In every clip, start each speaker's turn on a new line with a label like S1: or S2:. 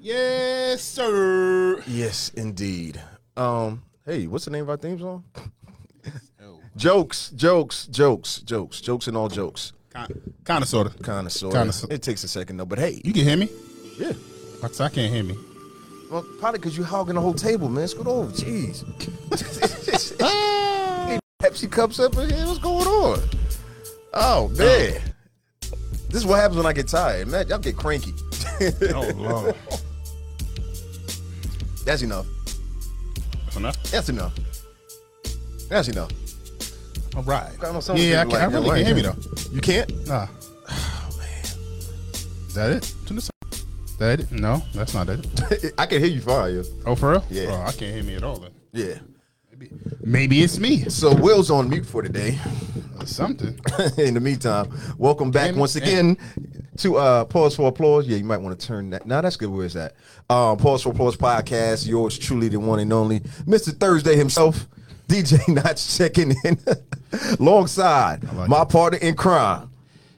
S1: Yes, sir.
S2: Yes, indeed. Um, hey, what's the name of our theme song?
S1: Oh,
S2: jokes, jokes, jokes, jokes, jokes, and all jokes.
S1: Kind, kind of, sort of.
S2: Kind of sort
S1: Kinda so-
S2: of. It takes a second though, but hey,
S1: You can hear me?
S2: yeah.
S1: Cause I can't hear me.
S2: Well, probably because you hogging the whole table, man. Scoot over, jeez. Hey, Pepsi cups up in here. What's going on? Oh man, this is what happens when I get tired, man. Y'all get cranky.
S1: Oh lord.
S2: That's enough.
S1: That's enough.
S2: That's enough. That's enough.
S1: All right.
S2: I know some
S1: Yeah, I,
S2: people
S1: can, I
S2: like
S1: really
S2: that, like
S1: can hear me
S2: that.
S1: though.
S2: You can't.
S1: Nah. Is that it? Turn this on. That it? No, that's not it.
S2: I can hear you fine. Yeah.
S1: Oh, for real?
S2: Yeah.
S1: Oh, I can't hear me at all. Then.
S2: Yeah.
S1: Maybe, maybe it's me.
S2: So Will's on mute for today.
S1: Or something.
S2: In the meantime, welcome back
S1: And-
S2: once again to uh Pause for Applause. Yeah, you might want to turn that. No, that's good. Where's that? Um, Pause for Applause podcast. Yours truly, the one and only Mr. Thursday himself, DJ Notch checking in alongside
S1: like
S2: my partner in crime.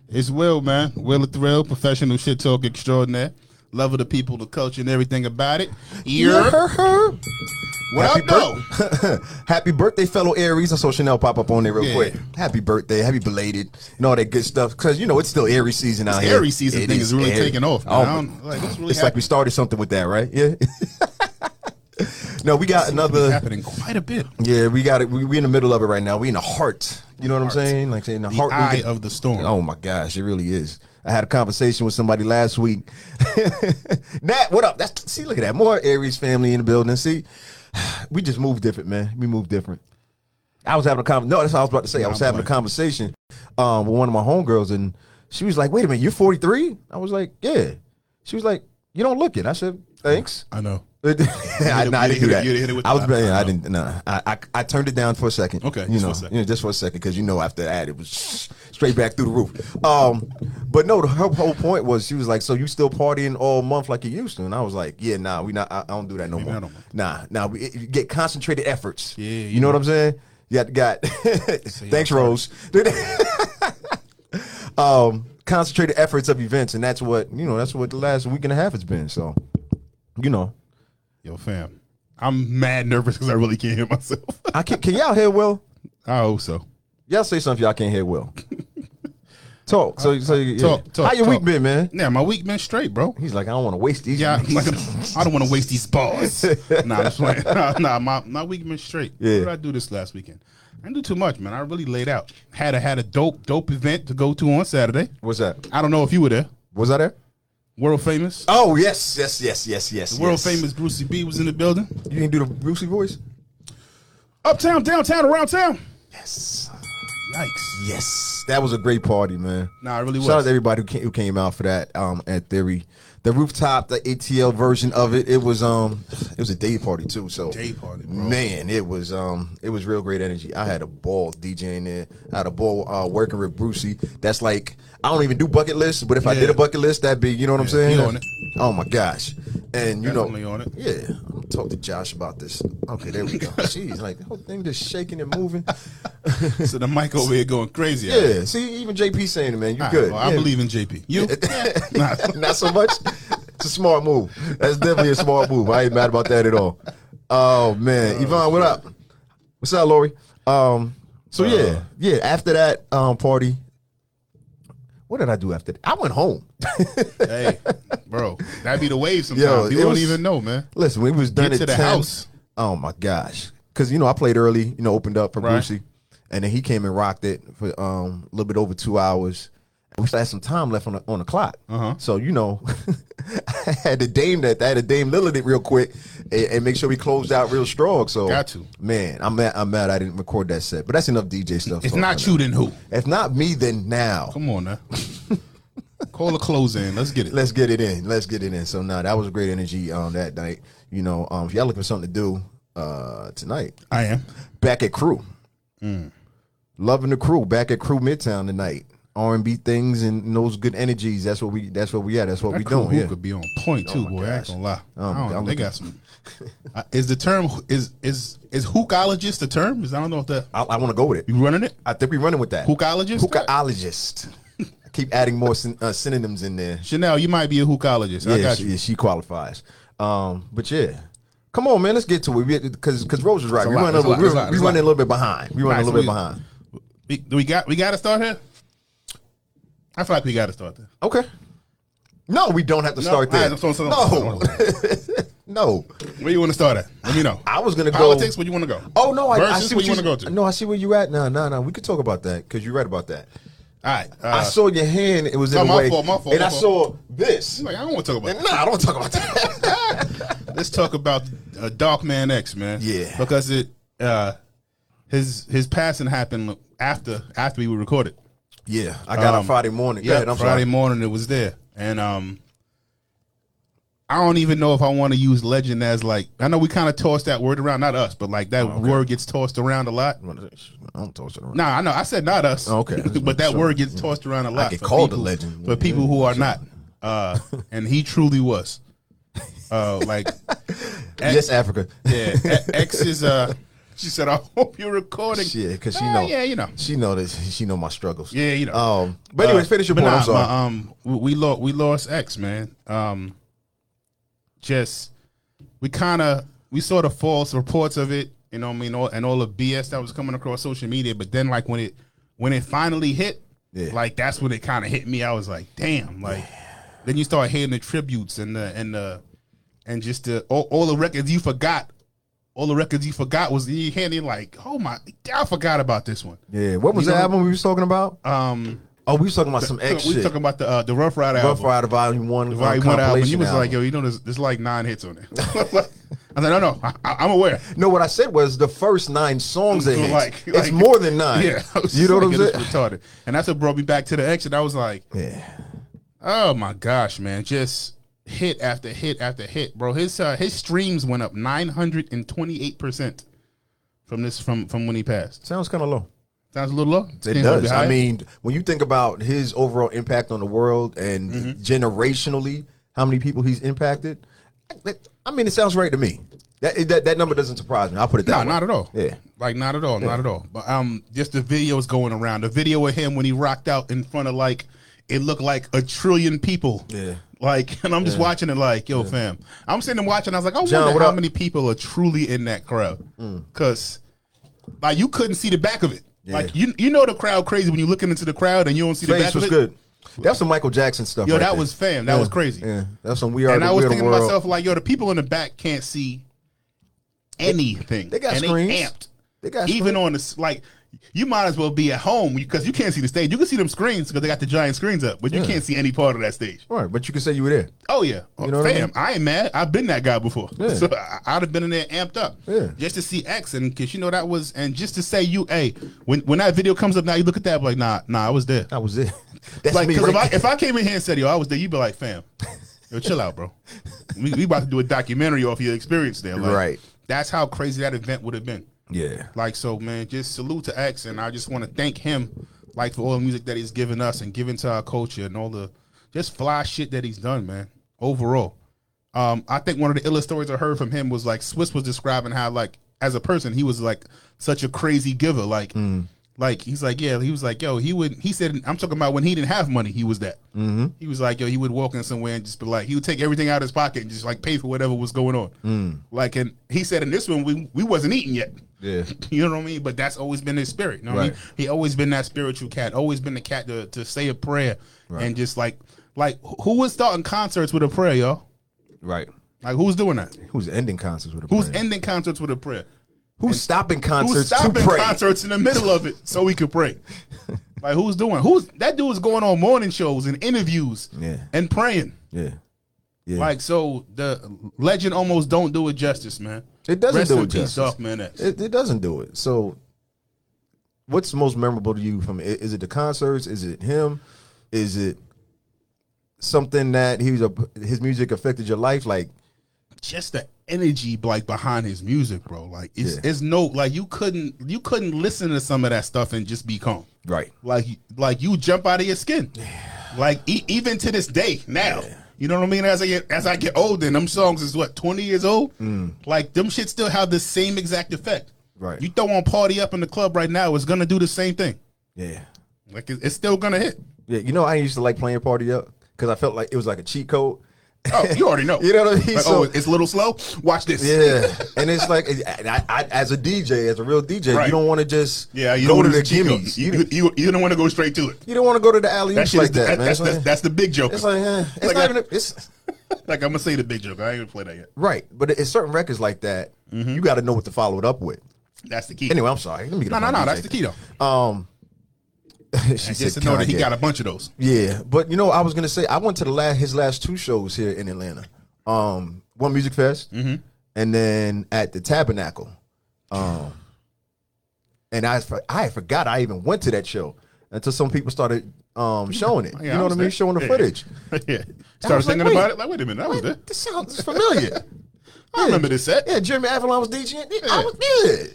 S1: It's Will, man. Will of Thrill, professional shit talk extraordinaire. Love of the people, the culture, and everything about it. You're
S2: Yeah.
S1: what
S2: Happy,
S1: up, though?
S2: birth- happy birthday, fellow Aries. I saw Chanel pop up on there real
S1: Yeah.
S2: quick. Happy birthday, happy belated, and all that good stuff. Because you know it's still Aries season out here.
S1: Aries season
S2: It
S1: thing is, really
S2: Aries.
S1: taking off. man.
S2: Oh,
S1: I don't- like, what's really
S2: it's like we started something with that, right? Yeah. no, we got
S1: happening?
S2: another.
S1: happening quite a bit.
S2: Yeah, we got it. We, we in the middle of it right now. We in the heart. You know what I'm saying? Like saying the, heart. we
S1: Eye
S2: get-
S1: of the storm.
S2: Oh my gosh, it really is. I had a conversation with somebody last week. Nat, what up? That's see, look at that. More Aries family in the building. See, we just move different, man. We move different. I was having a conversation. No, that's what I was about to say. I was
S1: I'm
S2: having a conversation um, with one of my homegirls, and she was like, "Wait a minute, you're 43?" I was like, "Yeah." She was like, "You don't look it." I said, "Thanks."
S1: I know.
S2: I,
S1: it-
S2: nah, I
S1: you
S2: didn't do
S1: hit it-
S2: that.
S1: you hit it with
S2: I
S1: the
S2: was,
S1: laptop,
S2: yeah, I
S1: no.
S2: didn't. Nah, I, I I turned it down for a second.
S1: Okay,
S2: you
S1: just for a
S2: know,
S1: second.
S2: you know, just for a second, because you know, after that, it was straight back through the roof. Um, but no, the, her whole point was she was like, "So you still partying all month like you used to?" And I was like, "Yeah, nah, we not. I, I don't do that no more.
S1: I don't.
S2: Nah, nah, we it, you get concentrated efforts.
S1: Yeah,
S2: you,
S1: you
S2: know, what I'm saying? You got, got. thanks, Rose. um, concentrated efforts of events, and that's what you know. That's what the last week and a half has been. So, you know,
S1: Yo, fam. I'm mad nervous because I really can't hear myself.
S2: I can, can y'all hear Will?
S1: I hope so.
S2: Y'all say something y'all can't hear Will. Talk. So, so yeah.
S1: Talk, talk,
S2: How your week
S1: talk.
S2: been, man?
S1: Yeah, my week been straight, bro.
S2: He's like, I don't want to waste these.
S1: Yeah,
S2: weeks.
S1: like, I don't want to waste these bars. nah, that's right. Nah, nah, my, my week been straight.
S2: Yeah.
S1: What did I do this last weekend? I didn't do too much, man. I really laid out. Had a had a dope dope event to go to on Saturday.
S2: What's that?
S1: I don't know if you were there.
S2: Was I there?
S1: World famous.
S2: Oh yes, yes, yes, yes, yes.
S1: World
S2: yes.
S1: famous Brucey B was in the building.
S2: You didn't do the Brucey voice.
S1: Uptown, downtown, around town.
S2: Yes,
S1: Yikes.
S2: yes. That was a great party, man.
S1: Nah, it really
S2: Shout out
S1: was.
S2: to everybody who came, who came out for that um, at Theory, the rooftop, the ATL version of it. It was um, it was a day party too. So
S1: Day party, bro.
S2: man, it was um, it was real great energy. I had a ball DJing there. I had a ball uh, working with Brucey. That's like I don't even do bucket lists, but if I
S1: Yeah.
S2: did a bucket list, that'd be you know what I'm saying.
S1: he on it.
S2: Oh my gosh, and you
S1: Definitely
S2: know,
S1: on it.
S2: yeah. I'm gonna talk to Josh about this. Okay, there we go. Jeez, like the whole thing just shaking and moving.
S1: so the mic over here going crazy.
S2: Yeah, see, even JP saying it, man. You
S1: All right,
S2: good?
S1: well, I
S2: Yeah.
S1: believe in JP. You? nah,
S2: Not so much. It's a smart move. That's definitely a smart move. I ain't mad about that at all. Oh man, Yvonne, what up? What's up, Lori? Um, so yeah,
S1: Uh.
S2: yeah. After that um party, what did I do after? that? I went home.
S1: hey, bro, that be the wave sometimes.
S2: Yo,
S1: you
S2: it
S1: don't
S2: was-
S1: even know, man.
S2: Listen, we was done
S1: Get
S2: at
S1: to the
S2: 10.
S1: house.
S2: Oh my gosh, because you know I played early. You know, opened up for
S1: Right.
S2: Brucey, and then he came and rocked it for um a little bit over two hours. We still had some time left on the, on the clock,
S1: Uh-huh.
S2: so you know, I had to dame that. I had to dame Lillard it real quick and, and make sure we closed out real strong. So
S1: Got to.
S2: man, I'm mad. I'm mad I didn't record that set, but that's enough DJ stuff.
S1: If
S2: talk
S1: not
S2: right
S1: you, then who?
S2: now. if not me, then now.
S1: Come on now. Call a close in. Let's get it.
S2: let's get it in. Let's get it in. So now that was great energy um, that night. You know, um, if y'all looking for something to do uh, tonight,
S1: I am.
S2: back at Crew,
S1: Mm.
S2: loving the Crew. Back at Crew Midtown tonight. R and B things and those good energies. That's what we. That's what we. Yeah, that's what we
S1: That crew
S2: doing. Yeah. Oh
S1: could be on point too, boy. I ain't
S2: gosh.
S1: gonna lie.
S2: Um,
S1: I don't know.
S2: I'm
S1: They got some. Uh, is the term is is is hookologist the term? Is I don't know if that
S2: I, I want to go with it.
S1: you running it.
S2: I think we running with that.
S1: Hookologist?
S2: Hookaologist. keep adding more syn- uh, synonyms in there.
S1: Chanel, you might be a hookologist. I
S2: Yeah,
S1: got
S2: she,
S1: you.
S2: yeah, she qualifies. Um, but yeah, come on, man, let's get to it. Because because Rose was right.
S1: a
S2: We
S1: lot,
S2: run a
S1: it's a lot,
S2: little, we
S1: it's a lot,
S2: run, we
S1: it's a
S2: running
S1: lot.
S2: a little bit behind. We run a
S1: Alright,
S2: little
S1: so
S2: bit
S1: we-
S2: behind.
S1: We, do we got we got to start here. I feel like we got to start there.
S2: Okay. No, we don't have to
S1: No,
S2: start
S1: all right,
S2: there.
S1: that's what I'm saying.
S2: no, no.
S1: Where you want to start at? Let me know.
S2: I was gonna go-
S1: politics. Where you want to go?
S2: Oh no, I, I
S1: Versus
S2: see
S1: where
S2: what
S1: you want to go to.
S2: No, I see where you at. No, no, no. We could talk about that because you're right about that.
S1: All right. Uh,
S2: I saw your hand. It was in
S1: no,
S2: the
S1: my
S2: way,
S1: fault, my fault,
S2: and
S1: my
S2: I
S1: fault.
S2: saw this.
S1: I'm like, I don't want to talk about
S2: And nah, I don't talk about that.
S1: that. Let's talk about uh, Dark Man X, man.
S2: Yeah.
S1: Because it uh, his his passing happened after after we were recorded.
S2: yeah, I got
S1: Um,
S2: on Friday morning. Go
S1: Yeah,
S2: ahead, I'm
S1: Friday
S2: sorry.
S1: morning it was there, and um, I don't even know if I want to use legend as like I know we kind of toss that word around, not us, but like that word gets tossed around a lot.
S2: I don't talk to her.
S1: Nah, I know I said not us.
S2: Oh, okay.
S1: but that
S2: Sure.
S1: word gets tossed around a lot.
S2: get
S1: for
S2: called a
S1: people-
S2: legend.
S1: for people who are not, uh, and he truly was. Uh, like
S2: Yes, Africa.
S1: yeah, E- X is uh. She said, "I hope you're recording."
S2: Yeah, because she
S1: Ah,
S2: know.
S1: Yeah, you know.
S2: She know that she know my struggles.
S1: Yeah, you know.
S2: Um, but anyways,
S1: Uh,
S2: finish your
S1: but
S2: point.
S1: nah,
S2: I'm sorry.
S1: my, um, we, we lost. We lost X, man. Um, just we kind of we saw the false reports of it. You know, what I mean, all, and all the BS that was coming across social media. But then, like when it when it finally hit,
S2: Yeah.
S1: like that's when it kind of hit me. I was like, damn. Like then you start hearing the tributes and the and the and just the all, all the records you forgot. All the records you forgot was you handing like, oh my, I forgot about this one.
S2: yeah, what was
S1: you
S2: the
S1: know-
S2: album we was talking about?
S1: Um,
S2: Oh, we was talking about some X
S1: we
S2: shit.
S1: talking about the uh, the Rough Rider
S2: Rough
S1: album.
S2: Rider Volume
S1: Right,
S2: One. uh,
S1: one album. You
S2: compilation
S1: was
S2: album.
S1: like, yo, you know, there's, there's like nine hits on it. I was like, no, no, I, I- I'm aware.
S2: No, what I said was the first nine songs that hits.
S1: Like-
S2: it's
S1: like-
S2: more than nine.
S1: Yeah, I was
S2: you know
S1: like,
S2: what
S1: yo,
S2: I'm
S1: this
S2: saying?
S1: Retarded, and that's what brought me back to the X. And I was like,
S2: Yeah,
S1: oh my gosh, man, just hit after hit after hit, bro. His uh, his streams went up 928 percent from this from from when he passed.
S2: sounds kind of low.
S1: Sounds a little low.
S2: It
S1: Seems like
S2: does.
S1: it's
S2: I
S1: high.
S2: mean, when you think about his overall impact on the world and
S1: Mm-hmm.
S2: generationally, how many people he's impacted, that- I mean, it sounds right to me. That that, that number doesn't surprise me. I'll put it that
S1: No,
S2: way.
S1: not at all.
S2: Yeah.
S1: like not at all, not at all. But um, just the videos going around. The video of him when he rocked out in front of like it looked like a trillion people.
S2: Yeah.
S1: Like, and I'm just watching it like, yo, fam. I'm sitting there watching. I was like, I
S2: John,
S1: wonder
S2: what
S1: how
S2: up? Mm.
S1: many people are truly in that crowd, because like you couldn't see the back of it.
S2: Yeah.
S1: Like you, you know the crowd crazy when you're looking into the crowd and you don't see the
S2: Face
S1: back
S2: was
S1: of it.
S2: good. That's some Michael Jackson stuff.
S1: Yo,
S2: right
S1: that
S2: there.
S1: was fam. That was crazy.
S2: Yeah, that's some we are.
S1: And
S2: the,
S1: I was
S2: we are the
S1: thinking to
S2: world.
S1: myself, like, yo, the people in the back can't see anything.
S2: they got
S1: and
S2: screens.
S1: They amped.
S2: They got
S1: even on the s- like. You might as well be at home because you can't see the stage. You can see them screens because they got the giant screens up, but you can't see any part of that stage.
S2: All right, but you can say you were there.
S1: Oh yeah,
S2: know what I
S1: fam, I,
S2: mean?
S1: ain't mad. I've been that guy before,
S2: Yeah.
S1: so I, I'd have been in there amped up
S2: Yeah.
S1: just to see X and because you know that was and just to say you, hey, when when that video comes up now, you look at that like, nah, nah, I was there.
S2: That was it. That's
S1: Like,
S2: me.
S1: because
S2: Right
S1: if I if I came in here and said, "Yo, I was there," you'd be like, "Fam, yo, chill out, bro. We, we about to do a documentary off your experience there." Like,
S2: Right.
S1: That's how crazy that event would have been.
S2: yeah.
S1: Like, so man, just salute to X, and I just want to thank him, like, for all the music that he's given us and given to our culture and all the just fly shit that he's done, man. Overall, um, I think one of the illest stories I heard from him was like Swiss was describing how, like, as a person, he was like such a crazy giver, like. Like he's like, yeah, he was like, yo, he would. He said, I'm talking about when he didn't have money, he was that. Mm-hmm. He was like, yo, he would walk in somewhere and just be like, he would take everything out of his pocket and just like pay for whatever was going on. Like, and he said in this one, we we wasn't eating yet.
S2: Yeah.
S1: You know what I mean? But that's always been his spirit. You know what I
S2: Right.
S1: mean? He always been that spiritual cat. Always been the cat to, to say a prayer and just like like who was starting concerts with a prayer, y'all?
S2: Right.
S1: Like who's doing that?
S2: Who's ending concerts with a
S1: Who's
S2: prayer?
S1: ending concerts with a prayer?
S2: Who's stopping
S1: Who's
S2: concerts
S1: stopping
S2: to pray?
S1: concerts in the middle of it so we could pray? like who's doing? Who's that dude is going on morning shows and interviews
S2: Yeah.
S1: and praying.
S2: Yeah. Yeah.
S1: Like so, the legend almost don't do it justice, man.
S2: It doesn't
S1: Rest
S2: do
S1: in
S2: it
S1: peace,
S2: justice.
S1: Dark man. X.
S2: it, it doesn't do it. So, what's most memorable to you from? i- Is it the concerts? Is it him? Is it something that he was a, his music affected your life? Like
S1: just the energy like behind his music, bro. Like it's
S2: Yeah.
S1: it's no like you couldn't you couldn't listen to some of that stuff and just be calm.
S2: right.
S1: Like like you jump out of your skin. Like e- even to this day now. You know what I mean? As I get as I get older and them songs is what, 20 years old? Like them shit still have the same exact effect.
S2: Mm. Right.
S1: You throw on party up in the club right now, it's gonna do the same thing.
S2: Yeah.
S1: Like it- it's still gonna hit.
S2: Yeah, you know I used to like playing Party Up because I felt like it was like a cheat code.
S1: Oh, you already know.
S2: You know what I mean?
S1: Like,
S2: So-
S1: oh, it's a little slow. Watch this.
S2: Yeah, and it's like and I, I, as a DJ, as a real DJ,
S1: Right.
S2: you don't want to just
S1: Yeah, you
S2: go
S1: don't
S2: to
S1: want
S2: the
S1: to cheat
S2: gimmies.
S1: codes.
S2: You,
S1: You, you, you, you don't want to go straight to it.
S2: you don't want to go to the alley
S1: That
S2: oops
S1: shit
S2: like
S1: is
S2: that,
S1: that,
S2: man.
S1: that's,
S2: It's like-
S1: that's, that's the big joke.
S2: it's like, eh, it's
S1: like
S2: not
S1: I-
S2: even. A, it's
S1: Like I'm gonna say the big joke. I ain't gonna play that yet.
S2: right, but it's certain records like that.
S1: Mm-hmm.
S2: You got to know what to follow it up with.
S1: That's the key.
S2: Anyway, I'm sorry. Let me get
S1: no,
S2: up
S1: no,
S2: on
S1: no.
S2: DJ.
S1: That's the key though.
S2: Um, she
S1: Just
S2: said
S1: to know that he
S2: Kanye.
S1: got a bunch of those.
S2: Yeah, but you know, I was gonna say I went to the last his last two shows here in Atlanta. Um, one Music Fest, and then at the Tabernacle. Um, and I for- I forgot I even went to that show until some people started um showing it.
S1: Yeah,
S2: you know what I mean?
S1: understand.
S2: Showing the
S1: Yeah.
S2: footage.
S1: yeah.
S2: I
S1: Started
S2: was like,
S1: thinking
S2: wait.
S1: about it. Like, wait a minute, that was there.
S2: This sounds familiar.
S1: I remember this set.
S2: Yeah, Jeremy Avalon was DJing. Yeah, I
S1: Yeah.
S2: was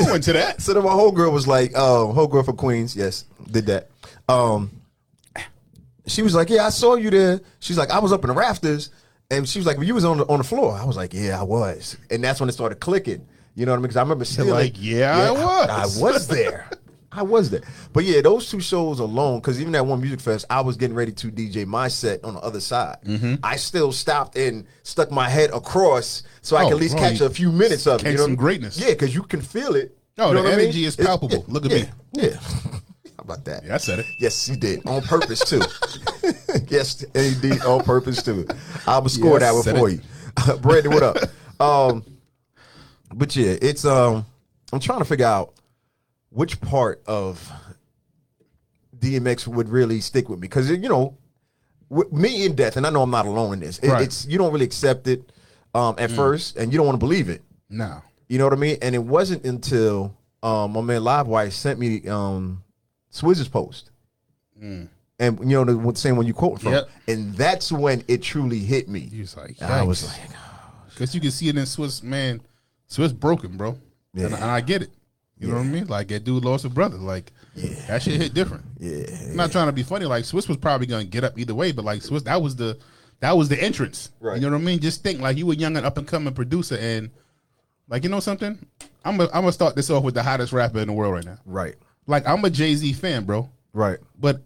S2: yeah.
S1: I went to that.
S2: So then my whole girl was like, "Oh, whole girl from Queens, yes, did that." Um, she was like, "Yeah, I saw you there." She's like, "I was up in the rafters," and she was like, well, "You was on the on the floor." I was like, "Yeah, I was," and that's when it started clicking. You know what I mean? Because I remember saying,
S1: like, "Yeah, I
S2: I,
S1: was."
S2: was there. I was there." But yeah, those two shows alone, because even that one music fest, I was getting ready to DJ my set on the other side.
S1: Mm-hmm.
S2: I still stopped and stuck my head across so I
S1: Oh,
S2: could at least
S1: bro,
S2: catch
S1: you
S2: a few minutes of it.
S1: catch
S2: you
S1: some
S2: know what I mean?
S1: greatness.
S2: Yeah, because you can feel it.
S1: Oh,
S2: You know
S1: the
S2: what I
S1: energy
S2: mean?
S1: is palpable. Look at
S2: yeah,
S1: me.
S2: Yeah. How about that?
S1: Yeah, I said it.
S2: Yes, you did. On purpose, too. yes, indeed. On purpose, too. I will score
S1: Yes,
S2: that one
S1: said
S2: for
S1: it.
S2: you. Brandon, what up? Um, but yeah, it's. um I'm trying to figure out which part of DMX would really stick with me. Because, you know, with me in death, and I know I'm not alone in this, it,
S1: Right.
S2: it's you don't really accept it um, at first, and you don't want to believe it.
S1: No.
S2: You know what I mean? And it wasn't until um, my man Livewire sent me um, Swizz's post, and you know the one- same one you quote from,
S1: Mm. Yep.
S2: and that's when it truly hit me.
S1: He was like,
S2: And I was
S1: yikes.
S2: like,
S1: Because you can see it in Swiss, man. Swiss broken, bro.
S2: Yeah.
S1: And, and I get it. You know what I mean? Like that dude lost a brother. Like that shit hit different.
S2: yeah,
S1: I'm not trying to be funny. Like Swiss was probably gonna get up either way, but like Swiss, that was the that was the entrance.
S2: Right.
S1: You know what I mean? Just think like you were young and up and coming producer, and like you know something. I'm gonna I'm gonna start this off with the hottest rapper in the world right now.
S2: right,
S1: Like I'm a Jay Z fan, bro.
S2: right,
S1: But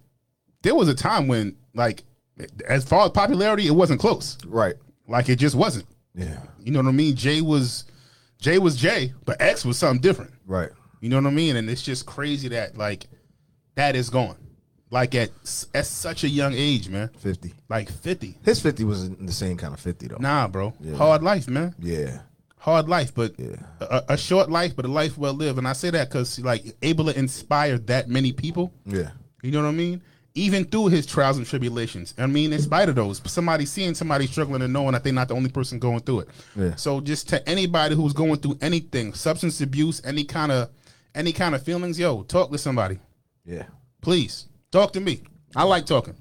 S1: there was a time when like as far as popularity, it wasn't close.
S2: right,
S1: Like it just wasn't.
S2: yeah,
S1: You know what I mean? Jay was Jay was Jay, but X was something different.
S2: right,
S1: You know what I mean? And it's just crazy that like that is gone. Like at s- at such a young age, man.
S2: fifty.
S1: Like 50.
S2: His fifty was the same kind of fifty though.
S1: Nah, bro. Hard life, man.
S2: Yeah,
S1: Hard life, but a, a short life, but a life well lived. And I say that cuz like able to inspire that many people.
S2: yeah,
S1: You know what I mean? Even through his trials and tribulations. I mean, in spite of those, somebody seeing somebody struggling and knowing that they're not the only person going through it.
S2: Yeah.
S1: So just to anybody who's going through anything, substance abuse, any kind of any kind of feelings, yo, talk to somebody.
S2: yeah.
S1: Please. Talk to me. I like talking.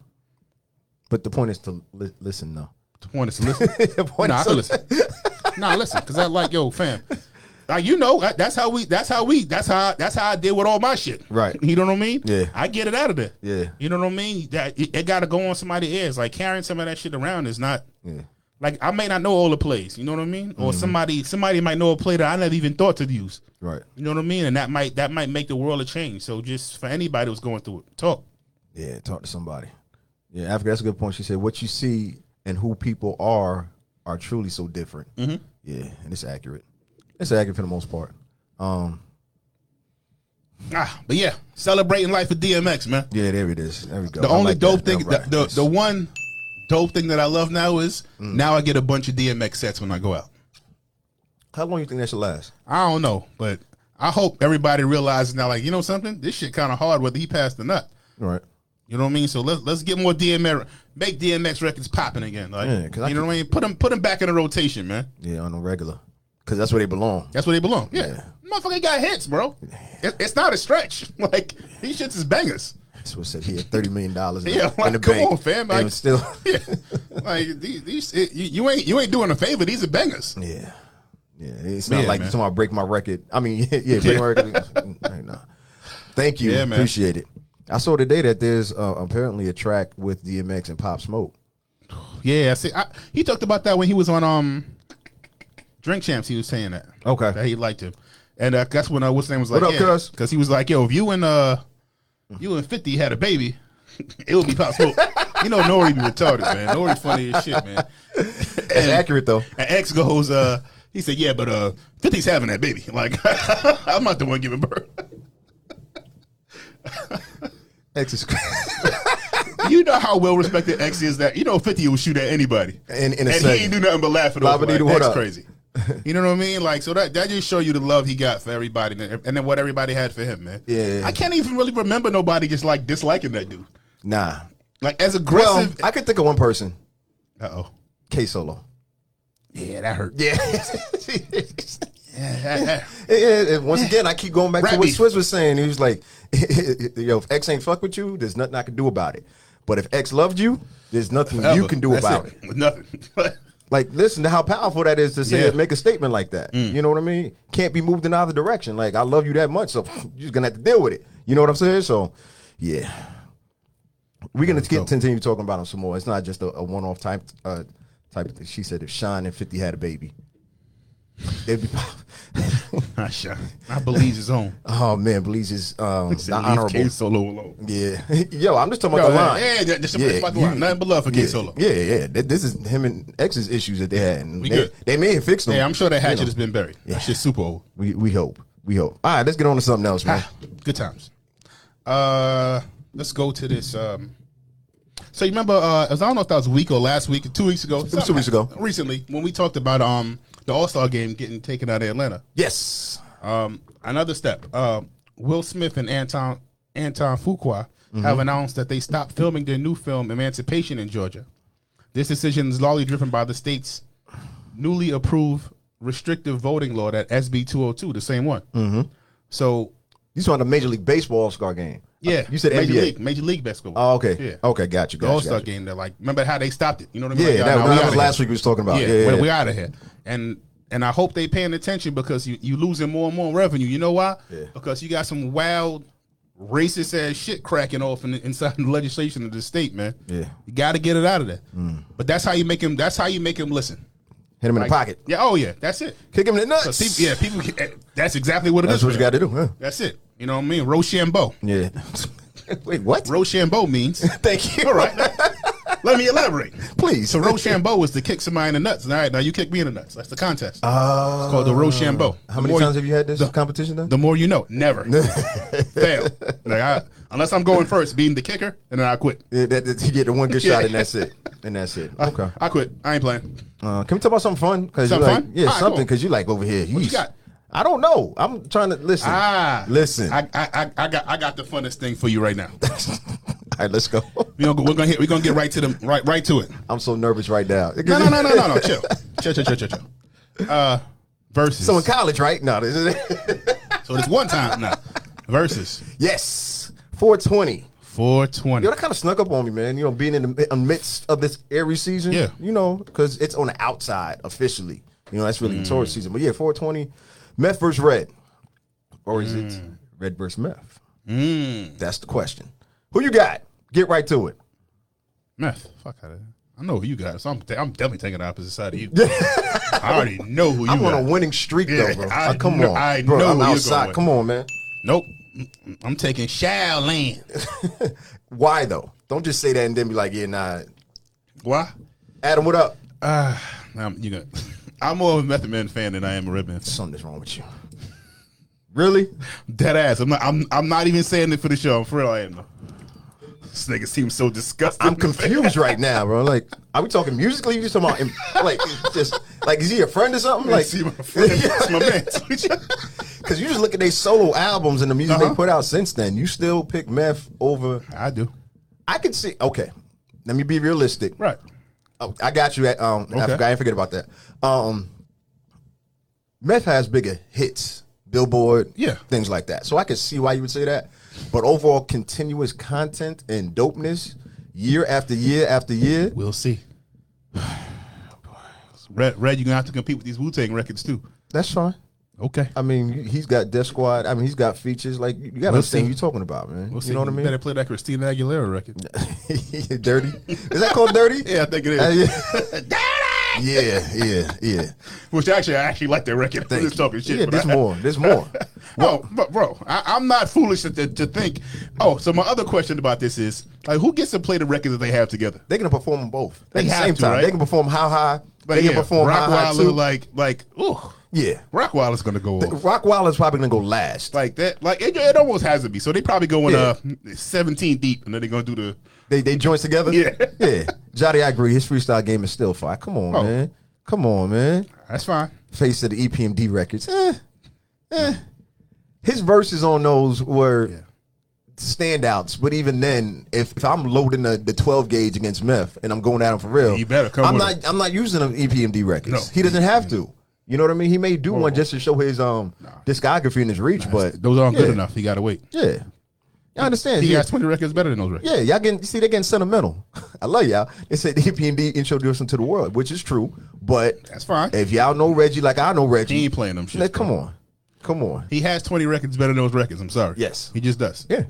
S2: But the point is to li- listen though.
S1: The point is to listen.
S2: The point
S1: nah, I
S2: is
S1: can
S2: to-
S1: listen. nah, listen, because I like yo, fam. Like you know, I- that's how we. That's how we. That's how. That's how I deal with all my shit.
S2: Right.
S1: You know what I mean?
S2: Yeah.
S1: I get it out of there.
S2: Yeah.
S1: You know what I mean? That it, it got to go on somebody's ears. Like carrying some of that shit around is not.
S2: Yeah.
S1: Like I may not know all the plays. You know what I mean? Or somebody somebody might know a play that I never even thought to use.
S2: Right.
S1: You know what I mean? And that might that might make the world a change. So just for anybody who's going through it, talk.
S2: Yeah, talk to somebody. Yeah, Africa, that's a good point. She said, "What you see and who people are are truly so different." Mm-hmm. Yeah, and it's accurate. It's accurate for the most part. Um,
S1: Ah, but yeah, celebrating life with DMX, man.
S2: yeah, there it is. There we go.
S1: The
S2: I
S1: only
S2: like
S1: dope
S2: that.
S1: thing,
S2: Alright,
S1: the, the
S2: yes.
S1: the one dope thing that I love now is
S2: Mm.
S1: now I get a bunch of DMX sets when I go out.
S2: How long you think that should last?
S1: I don't know, but I hope everybody realizes now, like you know something, this shit kind of hard whether he passed or not.
S2: All right.
S1: You know what I mean? So let's let's get more DMX, make DMX records popping again. Like
S2: Yeah, 'cause I
S1: you know what I mean? Put them put them back in the rotation, man.
S2: Yeah, on a regular, because that's where they belong.
S1: That's where they belong. Yeah,
S2: Yeah.
S1: motherfucker got hits, bro. It, it's not a stretch. Like these shits is bangers.
S2: That's what said he had thirty million dollars. in,
S1: Yeah,
S2: the-
S1: like,
S2: in the
S1: come
S2: bank,
S1: on, fam.
S2: And
S1: Like-
S2: still,
S1: Yeah, like these, these it, you, you ain't you ain't doing a favor. These are bangers.
S2: yeah, yeah. It's not
S1: Yeah,
S2: like
S1: man.
S2: you're talking about break my record. I mean, yeah, yeah break my record. Right, nah. Thank you.
S1: Yeah, man.
S2: Appreciate it. I saw today that there's uh, apparently a track with DMX and Pop Smoke.
S1: Yeah, see, I, he talked about that when he was on um Drink Champs. He was saying that.
S2: Okay.
S1: that he liked him, and uh, that's when uh, what's his name was like,
S2: What up,
S1: yeah,
S2: cuz?
S1: he was like, yo, if you and uh, you and Fifty had a baby, it would be Pop Smoke. you know, Nori be retarded, man. Nori funny as shit, man.
S2: That's accurate though.
S1: And X goes, uh, he said, yeah, but uh, 50's having that baby. Like, I'm not the one giving birth.
S2: X is
S1: you know how well respected X is that, you know, 50 will shoot at anybody.
S2: in, in a
S1: and he
S2: second.
S1: ain't do nothing but laugh at us.
S2: Lava
S1: Like,
S2: Needle,
S1: that's
S2: what up?
S1: crazy. You know what I mean? Like, so that, that just show you the love he got for everybody and and then what everybody had for him, man.
S2: Yeah.
S1: I can't even really remember nobody just like disliking that dude.
S2: nah.
S1: Like, as
S2: Well,
S1: aggressive.
S2: I could think of one person.
S1: uh oh.
S2: K Solo.
S1: Yeah, that hurt.
S2: Yeah.
S1: Yeah, that- that-
S2: Once again, I keep going back to
S1: Rat
S2: what
S1: beef.
S2: Swiss was saying. He was like, "Yo, if X ain't fuck with you, there's nothing I can do about it. But if X loved you, there's nothing you
S1: Ever.
S2: can do
S1: That's
S2: about it.
S1: Nothing.
S2: Like, listen to how powerful that is to say
S1: Yeah. Mm.
S2: it, make a statement like that. You know what I mean? Can't be moved in either direction. Like, I love you that much, so you're just gonna have to deal with it. You know what I'm saying? So, yeah, we're gonna keep, continue talking about him some more. It's not just a, a one-off type uh, type of thing. She said if Sean and Fifty had a baby, they'd be.
S1: I, sure. I believe his own.
S2: oh man, Belize is um, the
S1: Leave K
S2: honorable.
S1: Solo alone.
S2: Yeah, yo, I'm just talking about the line.
S1: Yeah, yeah, just
S2: Yeah,
S1: about the
S2: you-
S1: line. Nothing but love for K
S2: Yeah,
S1: Solo.
S2: yeah, yeah. Th- This is him and X's issues that they had. And
S1: We
S2: they,
S1: good.
S2: they may have fixed them.
S1: Yeah, I'm sure that hatchet
S2: You know.
S1: has been buried. That shit's super old.
S2: We we hope. We hope. All right, let's get on to something else, man.
S1: Ah, good times. Uh, let's go to this. Um, so you remember? Uh, I don't know if that was a week or last week, two weeks ago. It
S2: was two weeks ago.
S1: Recently, when we talked about um the All Star game getting taken out of Atlanta.
S2: Yes.
S1: Um, another step. Um, Will Smith and Anton Anton Fuqua
S2: Mm-hmm.
S1: have announced that they stopped filming their new film Emancipation in Georgia. This decision is largely driven by the state's newly approved restrictive voting law, that SB 202, the same one. Mm-hmm. So,
S2: You saw the Major League Baseball All Star game.
S1: yeah,
S2: You said
S1: Major
S2: NBA.
S1: League, Major League basketball.
S2: Oh, okay.
S1: Yeah.
S2: Okay, got you.
S1: the
S2: Got
S1: All
S2: you,
S1: Star
S2: got you.
S1: game. That like, remember how they stopped it? You know what I mean?
S2: Yeah,
S1: Like,
S2: that,
S1: nah, we
S2: that
S1: outta
S2: was
S1: here.
S2: last week we was talking about.
S1: Yeah,
S2: Yeah, yeah,
S1: we out of here. And and I hope they paying attention because you you losing more and more revenue. You know why?
S2: Yeah.
S1: Because you got some wild racist ass shit cracking off in the, inside the legislation of the state, man.
S2: Yeah. Mm.
S1: you got to get it out of there. But that's how you make him. That's how you make him listen.
S2: Hit him in
S1: Like,
S2: the pocket.
S1: Yeah. Oh yeah. That's it.
S2: Kick him in the nuts.
S1: 'Cause people- yeah, people. eh, That's exactly what it is.
S2: That's what
S1: for
S2: you
S1: them.
S2: got to do. Huh?
S1: That's it. You know what I mean? Rochambeau.
S2: Yeah. Wait, what?
S1: Rochambeau means.
S2: Thank you.
S1: All right. Let me elaborate.
S2: Please.
S1: So Rochambeau is to kick somebody in the nuts. All right, now you kick me in the nuts. That's the contest.
S2: Uh,
S1: It's called the Rochambeau.
S2: How many
S1: the more,
S2: times have you had this competition done?
S1: The more you know. Never. Fail. Like I, unless I'm going first, being the kicker, and then I quit.
S2: yeah, that, that, you get the one good
S1: Yeah.
S2: shot and that's it. And that's it. Okay.
S1: I quit. I ain't playing.
S2: Uh, can we talk about something fun? Cause
S1: Something
S2: you like,
S1: fun?
S2: Yeah,
S1: All right,
S2: something
S1: cool.
S2: because you like over here. What
S1: you got?
S2: I don't know. I'm trying to listen.
S1: Ah,
S2: listen.
S1: I, I, I, I got I got the funnest thing for you right now.
S2: All right, let's go.
S1: We gonna go, we're gonna hit, we're gonna get right to them right right to it.
S2: I'm so nervous right now.
S1: No no no no no no chill chill chill chill chill. chill. Uh, versus.
S2: So
S1: So,
S2: in college, right? No. This is
S1: it's one time now. Versus
S2: yes. 420.
S1: 420.
S2: Yo, that kind of snuck up on me, man. You know, being in the mi- in midst of this Aries season.
S1: Yeah.
S2: You know, because it's on the outside officially. You know, that's really the
S1: Mm.
S2: Taurus season. But yeah, 420. Meth versus red. Or is it
S1: Mm.
S2: red versus meth? That's the question. Who you got? Get right to it.
S1: Meth. Fuck out of here. I know who you got, so I'm, I'm definitely taking the opposite side of you. I already know who you
S2: I'm
S1: got.
S2: on a winning streak,
S1: Yeah,
S2: though, bro.
S1: I
S2: Oh, come
S1: kn-
S2: on.
S1: I
S2: bro,
S1: know
S2: I'm
S1: where you're
S2: outside.
S1: going.
S2: Come on, man.
S1: Nope. I'm taking Shaolin.
S2: Why, though? Don't just say that and then be like, yeah, nah.
S1: Why?
S2: Adam, what up?
S1: Um, you know, I'm more of a Method Man fan than I am a Red Man. fan.
S2: Something's wrong with you. Really?
S1: Dead ass. I'm not. I'm. I'm not even saying it for the show. I'm for real. I am. Though. This nigga seems so disgusted.
S2: I'm confused right now, bro. Like, are we talking musically? You just talking about, im- like, just like, is he a friend or something? Like,
S1: see my friend. That's my man.
S2: because you just look at their solo albums and the music
S1: Uh-huh.
S2: they put out since then. You still pick meth over.
S1: I do.
S2: I can see. Okay, let me be realistic.
S1: Right.
S2: Oh, I got you. At, um,
S1: Okay.
S2: I forgot. I didn't forget about that. Um, meth has bigger hits, Billboard,
S1: Yeah.
S2: things like that. So I can see why you would say that. But overall, continuous content and dopeness, year after year after year.
S1: We'll see. Red, Red, you're gonna have to compete with these Wu Tang records too.
S2: That's fine.
S1: Okay.
S2: I mean, he's got Death Squad. I mean, he's got features. Like you got to
S1: We'll
S2: understand
S1: see.
S2: what you're talking about, man.
S1: We'll see.
S2: you know what I
S1: You
S2: mean?
S1: Better play that Christina Aguilera record.
S2: dirty. Is that called dirty?
S1: Yeah, I think it
S2: Uh,
S1: is.
S2: yeah.
S1: Dirty!
S2: Yeah, yeah, yeah.
S1: Which actually, I actually like that record. I'm
S2: Thank
S1: just talking
S2: you.
S1: shit.
S2: Yeah,
S1: but
S2: there's
S1: I-
S2: more. There's more.
S1: No, but bro, I, I'm not foolish to, to, to think. Oh, so my other question about this is like, who gets to play the records that they have together?
S2: They can perform them both
S1: They
S2: at the
S1: have
S2: same
S1: to,
S2: time.
S1: right?
S2: They can perform how high.
S1: But
S2: they
S1: yeah,
S2: can perform how high
S1: Rockwilder,
S2: too.
S1: like, like, ooh,
S2: yeah,
S1: Rockwilder's gonna go off.
S2: Rockwilder's probably gonna go last.
S1: like that. Like it, it almost has to be. So they probably going
S2: Yeah.
S1: uh 17 deep, and then they're gonna do the.
S2: They they joints together.
S1: Yeah.
S2: yeah. Jody, I agree. His freestyle game is still fire. Come on,
S1: Oh.
S2: man. Come on, man.
S1: That's fine.
S2: Face of the E EPMD records. Eh, eh. His verses on those were standouts, but even then, if, if I'm loading the, the 12 gauge against Meth and I'm going at him for real,
S1: You better come
S2: I'm
S1: with
S2: not
S1: it.
S2: I'm not using them E EPMD records.
S1: No. Oh.
S2: He doesn't have to. You know what I mean? He may do one just to show his um discography and his reach, but
S1: Those aren't good
S2: yeah,
S1: enough. He gotta wait.
S2: Yeah, I understand.
S1: He
S2: Yeah.
S1: got 20 records better than those records.
S2: Yeah, y'all getting see they're getting sentimental. I love y'all. They said E EPMD introduced them to the world, which is true. But
S1: That's fine.
S2: if y'all know Reggie like I know
S1: He
S2: Reggie,
S1: ain't playing them shit.
S2: like, come on, come on.
S1: He has 20 records better than those records. I'm sorry.
S2: Yes.
S1: He just does.
S2: Yeah,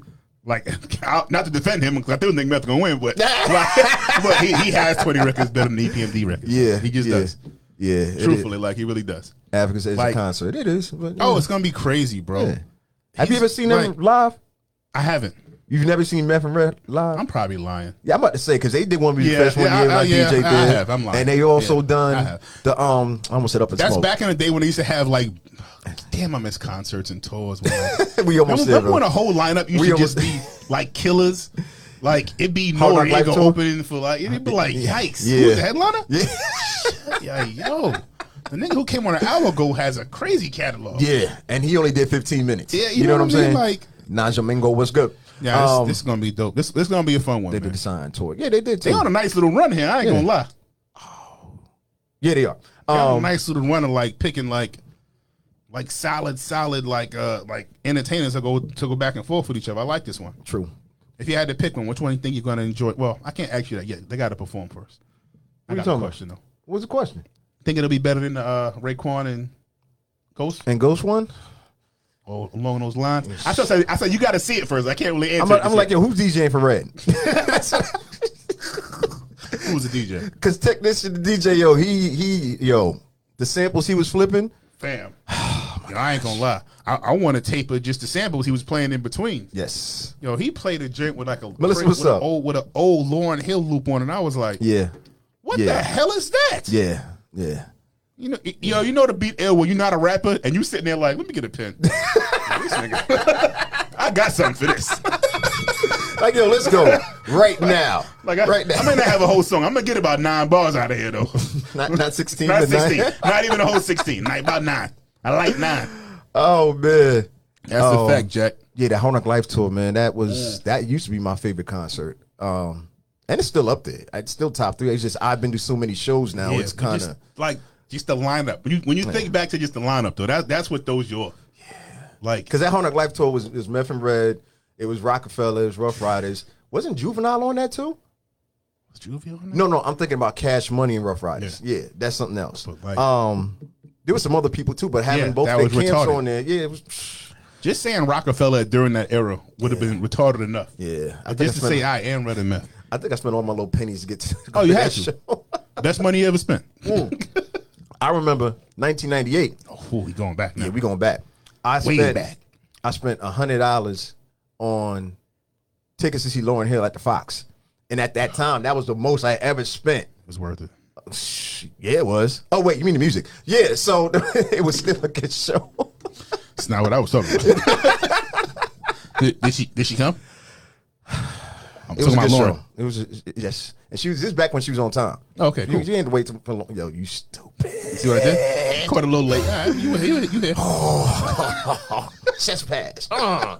S1: Like, I- not to defend him, because I do think Meth's going to win, but, like, but he, he has 20 records better than E the EPMD records.
S2: yeah.
S1: He just
S2: yeah.
S1: does.
S2: Yeah, it is.
S1: Truthfully, like, he really does.
S2: Africa says
S1: Like-
S2: a concert. It is. But,
S1: Oh,
S2: yeah.
S1: it's going to be crazy, bro.
S2: Yeah. have you
S1: he's
S2: ever seen them
S1: like-
S2: live?
S1: I haven't.
S2: You've never seen Meth and Red live?
S1: I'm probably lying.
S2: yeah, I'm about to say because they did one music
S1: Yeah,
S2: fest one
S1: yeah, I-
S2: year
S1: I-
S2: like
S1: yeah,
S2: DJ did,
S1: I have. I'm lying.
S2: and they also
S1: Yeah, I
S2: done
S1: have.
S2: the um. I almost set up and
S1: That's
S2: smoke.
S1: back in the day when they used to have, like, damn, I miss concerts and tours. man.
S2: we almost
S1: remember,
S2: said
S1: remember when
S2: though.
S1: a whole lineup used
S2: We
S1: to
S2: almost-
S1: just be, like, killers? Like, it'd be no
S2: Hard Knock
S1: one
S2: Life tour?
S1: opening for, like, it'd be like, yikes. Who's
S2: Yeah.
S1: the headliner?
S2: yeah.
S1: Yeah, yo, the nigga who came on an hour ago has a crazy catalog.
S2: Yeah, and he only did 15 minutes.
S1: Yeah, you know what I mean? Like-
S2: Naja Mingo was good.
S1: yeah, this,
S2: Um,
S1: this is gonna be dope. This, this is gonna be a fun one.
S2: they
S1: man.
S2: did the sign tour. Yeah, they did too.
S1: They on a nice little run here. I ain't
S2: Yeah.
S1: gonna lie.
S2: yeah, they are.
S1: They on a
S2: Um,
S1: nice little run of like picking like, like solid, solid like uh like entertainers that go to go back and forth with each other. I like this one.
S2: true.
S1: If you had to pick one, which one you think you're gonna enjoy? Well, I can't ask you that yet. They gotta perform first. I
S2: What
S1: got
S2: you talking
S1: a
S2: about?
S1: question though.
S2: What's the question?
S1: Think it'll be better than uh Raekwon and Ghost
S2: And Ghost One?
S1: or along those lines? I should say I said you gotta see it first. I can't really answer. it
S2: I'm, like- I'm
S1: just
S2: like, yo, who's DJing for Red?
S1: yet. who's a DJ?
S2: Because technician DJ, yo, he he yo, the samples he was flipping.
S1: Fam. Yo, I ain't gonna lie. I, I want to tape of just the samples he was playing in between.
S2: Yes.
S1: Yo, he played a drink with like a
S2: Melissa,
S1: with
S2: what's
S1: a
S2: up?
S1: old with an old Lauren Hill loop on, and I was like,
S2: Yeah.
S1: "What
S2: yeah.
S1: the hell is that?"
S2: Yeah. Yeah.
S1: You know, y- yo, you know the beat L where you're not a rapper and you sitting there like, "Let me get a pen." This nigga. I got something for this.
S2: Like yo, let's go right now.
S1: Like, I,
S2: right now.
S1: I may not have a whole song. I'm gonna get about nine bars out of here though.
S2: not, not 16,
S1: Not
S2: but nine.
S1: sixteen. Not even a whole sixteen. Like about nine. I like nine.
S2: Oh man,
S1: That's
S2: oh.
S1: a fact, Jack.
S2: Yeah, the Honok Life Tour, man. That was that used to be my favorite concert. Um, and it's still up there. It's still top three. It's just I've been to so many shows now.
S1: Yeah,
S2: Oh, it's
S1: but
S2: kind
S1: just,
S2: of
S1: like just the lineup. When you when you think back to just the lineup though, that that's what those your yeah. like
S2: because that Honok Life Tour was was Meth and Red. It was Rockefeller. It was Rough Riders. Wasn't Juvenile on that too?
S1: was Juvia on that?
S2: No, no. I'm thinking about Cash Money and Rough Riders. Yeah, that's something else.
S1: But, like-
S2: um, there was some other people too, but having
S1: Yeah,
S2: both
S1: that
S2: their
S1: was
S2: camps
S1: retarded.
S2: on there, yeah, it was.
S1: Just saying Rockefeller during that era would have been retarded enough.
S2: Yeah, I
S1: But
S2: think,
S1: just
S2: I
S1: to
S2: spent,
S1: say I am Red and Meth.
S2: I think I spent all my little pennies to get to.
S1: Oh, you had
S2: that
S1: to.
S2: show.
S1: Best money you ever spent.
S2: I remember 1998.
S1: Oh, we going back now.
S2: Yeah, we going back. I
S1: Way
S2: spent
S1: back.
S2: I spent hundred dollars on tickets to see Lauren Hill at the Fox, and at that time, that was the most I ever spent.
S1: it was worth it.
S2: Shh, Yeah, it was. Oh wait, you mean the music? Yeah, so it was still a good show.
S1: It's not what I was talking about. did, did she did she come? I'm
S2: It
S1: talking
S2: was a
S1: about
S2: good
S1: Lauren. Oh,
S2: show. It was a- yes, and she was this is back when she was on time.
S1: Okay,
S2: you,
S1: cool.
S2: you had to wait till- for long. Yo, you stupid.
S1: See what I did? Caught a little late. All right, you here? You here?
S2: Oh, Chest pass. Uh,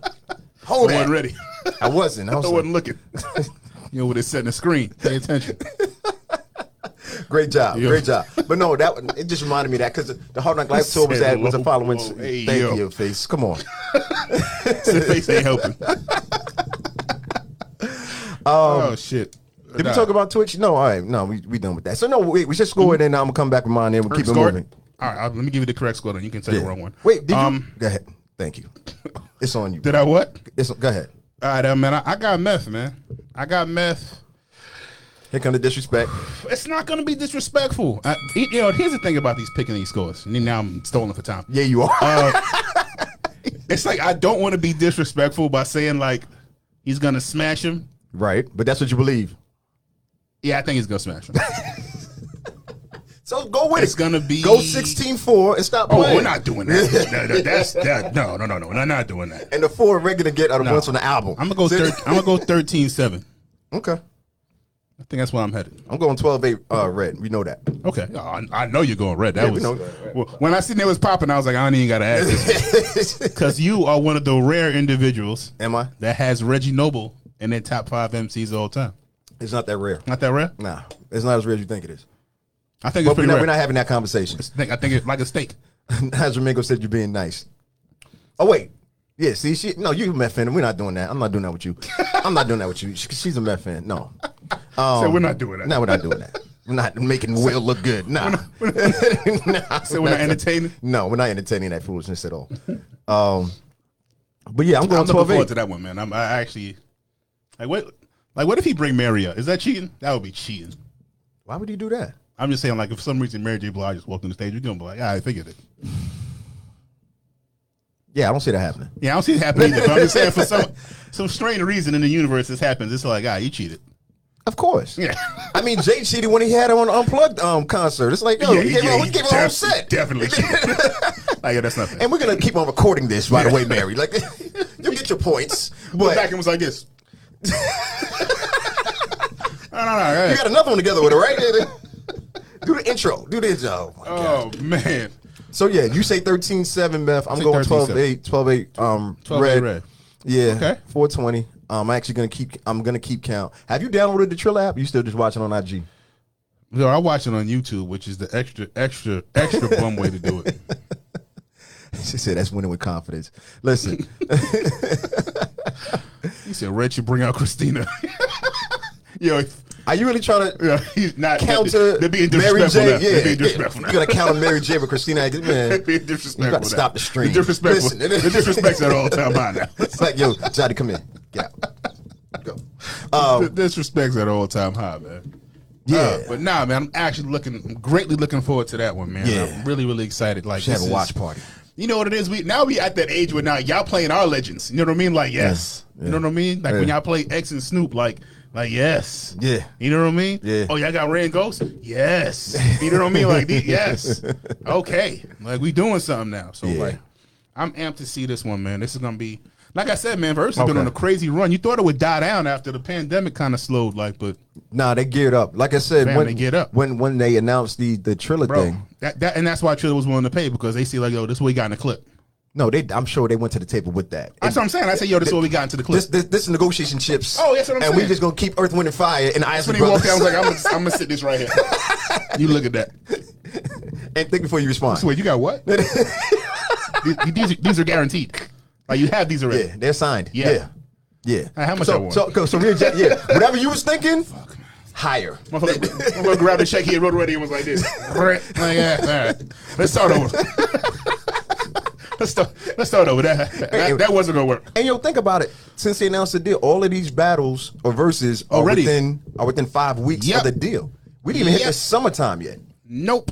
S2: hold
S1: I Uh-huh. wasn't
S2: that.
S1: ready.
S2: I wasn't. I was
S1: I
S2: like,
S1: wasn't looking. you know what? It's setting the screen. Pay attention.
S2: Great job,
S1: Yeah.
S2: great job. But no, that it just reminded me of that because the Hard Knock Life tour was that was the
S1: Hello,
S2: following.
S1: hey,
S2: thank
S1: yo.
S2: you, face. Come on.
S1: the face ain't helping. oh shit!
S2: Did we talk about Twitch? No, all right, no, we we done with that. So no, wait, we should score it, and I'm gonna come back with mine, and we'll keep it
S1: score?
S2: moving.
S1: All right, I'll- let me give you the correct score. Then you can say the wrong one.
S2: Wait, did
S1: um,
S2: you? Go ahead. Thank you. It's on you.
S1: did I what?
S2: It's go ahead.
S1: All right, uh, man. I, I got meth, man. I got meth.
S2: Here come the disrespect.
S1: It's not going to be disrespectful. I, you know, here's the thing about these picking these scores. And Now I'm stolen for time.
S2: Yeah, you are.
S1: It's like I don't want to be disrespectful by saying like he's going to smash him.
S2: right, but that's what you believe.
S1: Yeah, I think he's going to smash him.
S2: So go with
S1: It's
S2: it.
S1: gonna be-
S2: go 16-4 and stop
S1: Oh,
S2: playing.
S1: we're not doing that. No, no, that's that. No, no, no, no. We're not doing that.
S2: And the four regular get are the ones on the album.
S1: I'm gonna go. Thir- I'm gonna go thirteen seven.
S2: okay.
S1: I think that's where I'm headed.
S2: I'm going 12-8 uh, red. We know that.
S1: Okay, Oh, I, I know you're going red. That
S2: Yeah, we
S1: was
S2: know that.
S1: Well, when I seen it was popping. I was like, I ain't even gotta ask this because you are one of the rare individuals
S2: Am I?
S1: that has Reggie Noble in their top five MCs of all time.
S2: It's not that rare.
S1: Not that rare.
S2: Nah, it's not as rare as you think it is.
S1: I think it's
S2: But we're
S1: pretty
S2: not,
S1: rare.
S2: we're not having that conversation.
S1: I think, I think it's like a steak.
S2: As Domingo said, you're being nice. Oh wait, yeah. See, she no, you a meth fan. We're not doing that. I'm not doing that with you. I'm not doing that with you. She- she's a meth fan. No, um,
S1: So we're not doing that.
S2: No, we're not doing that. We're not making Will look good. Nah. Nah,
S1: So we're not entertaining.
S2: No, we're not entertaining that foolishness at all. Um, but yeah, I'm
S1: I'm
S2: going
S1: looking forward
S2: 12
S1: to that one, man. I'm I actually like what like what if he bring Mary up? Is that cheating? That would be cheating.
S2: Why would you do that?
S1: I'm just saying, like, if for some reason Mary J. Blige just walked on the stage, you're gonna be like, "Ah, I figured it.
S2: Yeah, I don't see that happening.
S1: Yeah, I don't see it happening either. But I'm just saying, for some some strange reason in the universe, this happens. It's like, ah, you cheated.
S2: Of course.
S1: Yeah.
S2: I mean, Jay cheated when he had him on unplugged um, concert. It's like, yo, he gave her- he
S1: you
S2: gave her a whole
S1: def-
S2: set.
S1: Definitely cheated. like, yeah, that's nothing.
S2: And
S1: And
S2: we're gonna keep on recording this, by the way, Mary. Like, you get your points,
S1: went back and
S2: but
S1: was like this. no, no, no. all right.
S2: you got another one together with her, right? do the intro. Do the intro. Oh my God.
S1: Oh man,
S2: So yeah, you say 13-7, Beth. I'm
S1: say
S2: going 12
S1: 13-7.
S2: 8, 12 8, um,
S1: 12-8
S2: red.
S1: red.
S2: Yeah,
S1: Okay.
S2: 420. Um, I'm actually gonna keep. I'm gonna keep count. Have you downloaded the Trill app? You still just watching on IG?
S1: yo, I watch it on YouTube, which is the extra, extra, extra bum way to do it.
S2: She said that's winning with confidence. Listen,
S1: He said, "Red, you bring out Christina." yo,
S2: are you really trying to
S1: Yeah, he's not
S2: counter
S1: They're being
S2: Mary
S1: disrespectful.
S2: J?
S1: now. They're being
S2: Yeah,
S1: disrespectful.
S2: you're
S1: now.
S2: gonna counter Mary J. with Christina? Aguilera, Man,
S1: They're being disrespectful.
S2: You got to
S1: now.
S2: stop the stream.
S1: They're disrespectful.
S2: Listen,
S1: They're disrespectful at all time high now.
S2: It's like, yo, Johnny, come in. Get out. Go.
S1: They're
S2: Um,
S1: disrespect's at all time high, man.
S2: yeah.
S1: Uh, but nah, man, I'm actually looking, I'm greatly looking forward to that one, man.
S2: Yeah.
S1: I'm really, really excited. Like,
S2: should have
S1: this
S2: a
S1: is-
S2: watch party.
S1: You know what it is? We now we at that age where now y'all playing our legends. You know what I mean? Like, yes. You know what I mean? Like when
S2: Yeah.
S1: y'all play X and Snoop, like, like yes.
S2: Yeah.
S1: You know what I mean?
S2: Yeah.
S1: Oh, y'all got Rand Ghost? Yes. You know what I mean? Like, the- yes. Okay. Like we doing something now. So
S2: Yeah.
S1: like, I'm amped to see this one, man. This is gonna be. Like I said, man, Verse has been
S2: Okay.
S1: on a crazy run. You thought it would die down after the pandemic kind of slowed, like, but
S2: Nah, they geared up. Like I said,
S1: Fam,
S2: when
S1: they geared up.
S2: when when they announced the the Triller
S1: bro,
S2: thing.
S1: that, that and that's why Triller was willing to pay because they see like, yo, this is what we got in the clip.
S2: No, they. I'm sure they went to the table with that.
S1: That's what I'm saying. I said, yo, this is what we got into the clip.
S2: This, this this negotiation chips.
S1: Oh, that's what I'm
S2: and we
S1: saying.
S2: just gonna keep Earth, Wind, and Fire
S1: when
S2: and Isley
S1: he walked out, I was like,
S2: Brothers.
S1: I'm gonna, I'm gonna sit this right here. You look at that.
S2: and think before you respond.
S1: So wait, you got what? these, these, are- these are guaranteed. Like you have these already.
S2: Yeah, they're signed.
S1: Yeah.
S2: Yeah, yeah.
S1: Hey, how much I
S2: so,
S1: want?
S2: so, so, so we reject- yeah. Whatever you was thinking, higher.
S1: Motherfucker, motherfucker grabbed the check he had wrote already and was like this. like, yeah, all right. Let's start over. let's start. Let's start over. That that, that wasn't gonna work.
S2: And yo, think about it. Since they announced the deal, all of these battles or verses are
S1: Already.
S2: within are within five weeks
S1: Yep.
S2: of the deal. We didn't even hit the
S1: Yep.
S2: summertime yet.
S1: Nope.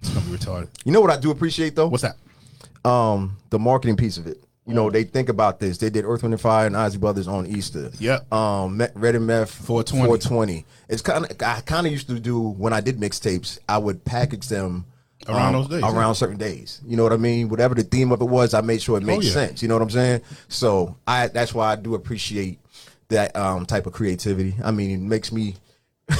S1: It's gonna be retarded.
S2: You know what I do appreciate though?
S1: What's that?
S2: um the marketing piece of it. You know, they think about this. They did Earth, Wind, and Fire and Ozzy Brothers on Easter.
S1: Yep.
S2: Um, Me- Red and Meth
S1: 420.
S2: 420. It's kind of I kind of used to do when I did mixtapes. I would package them um,
S1: Around those days,
S2: around certain days. You know what I mean? Whatever the theme of it was, I made sure it made
S1: Oh, yeah.
S2: sense. You know what I'm saying? So I that's why I do appreciate that um type of creativity. I mean, it makes me.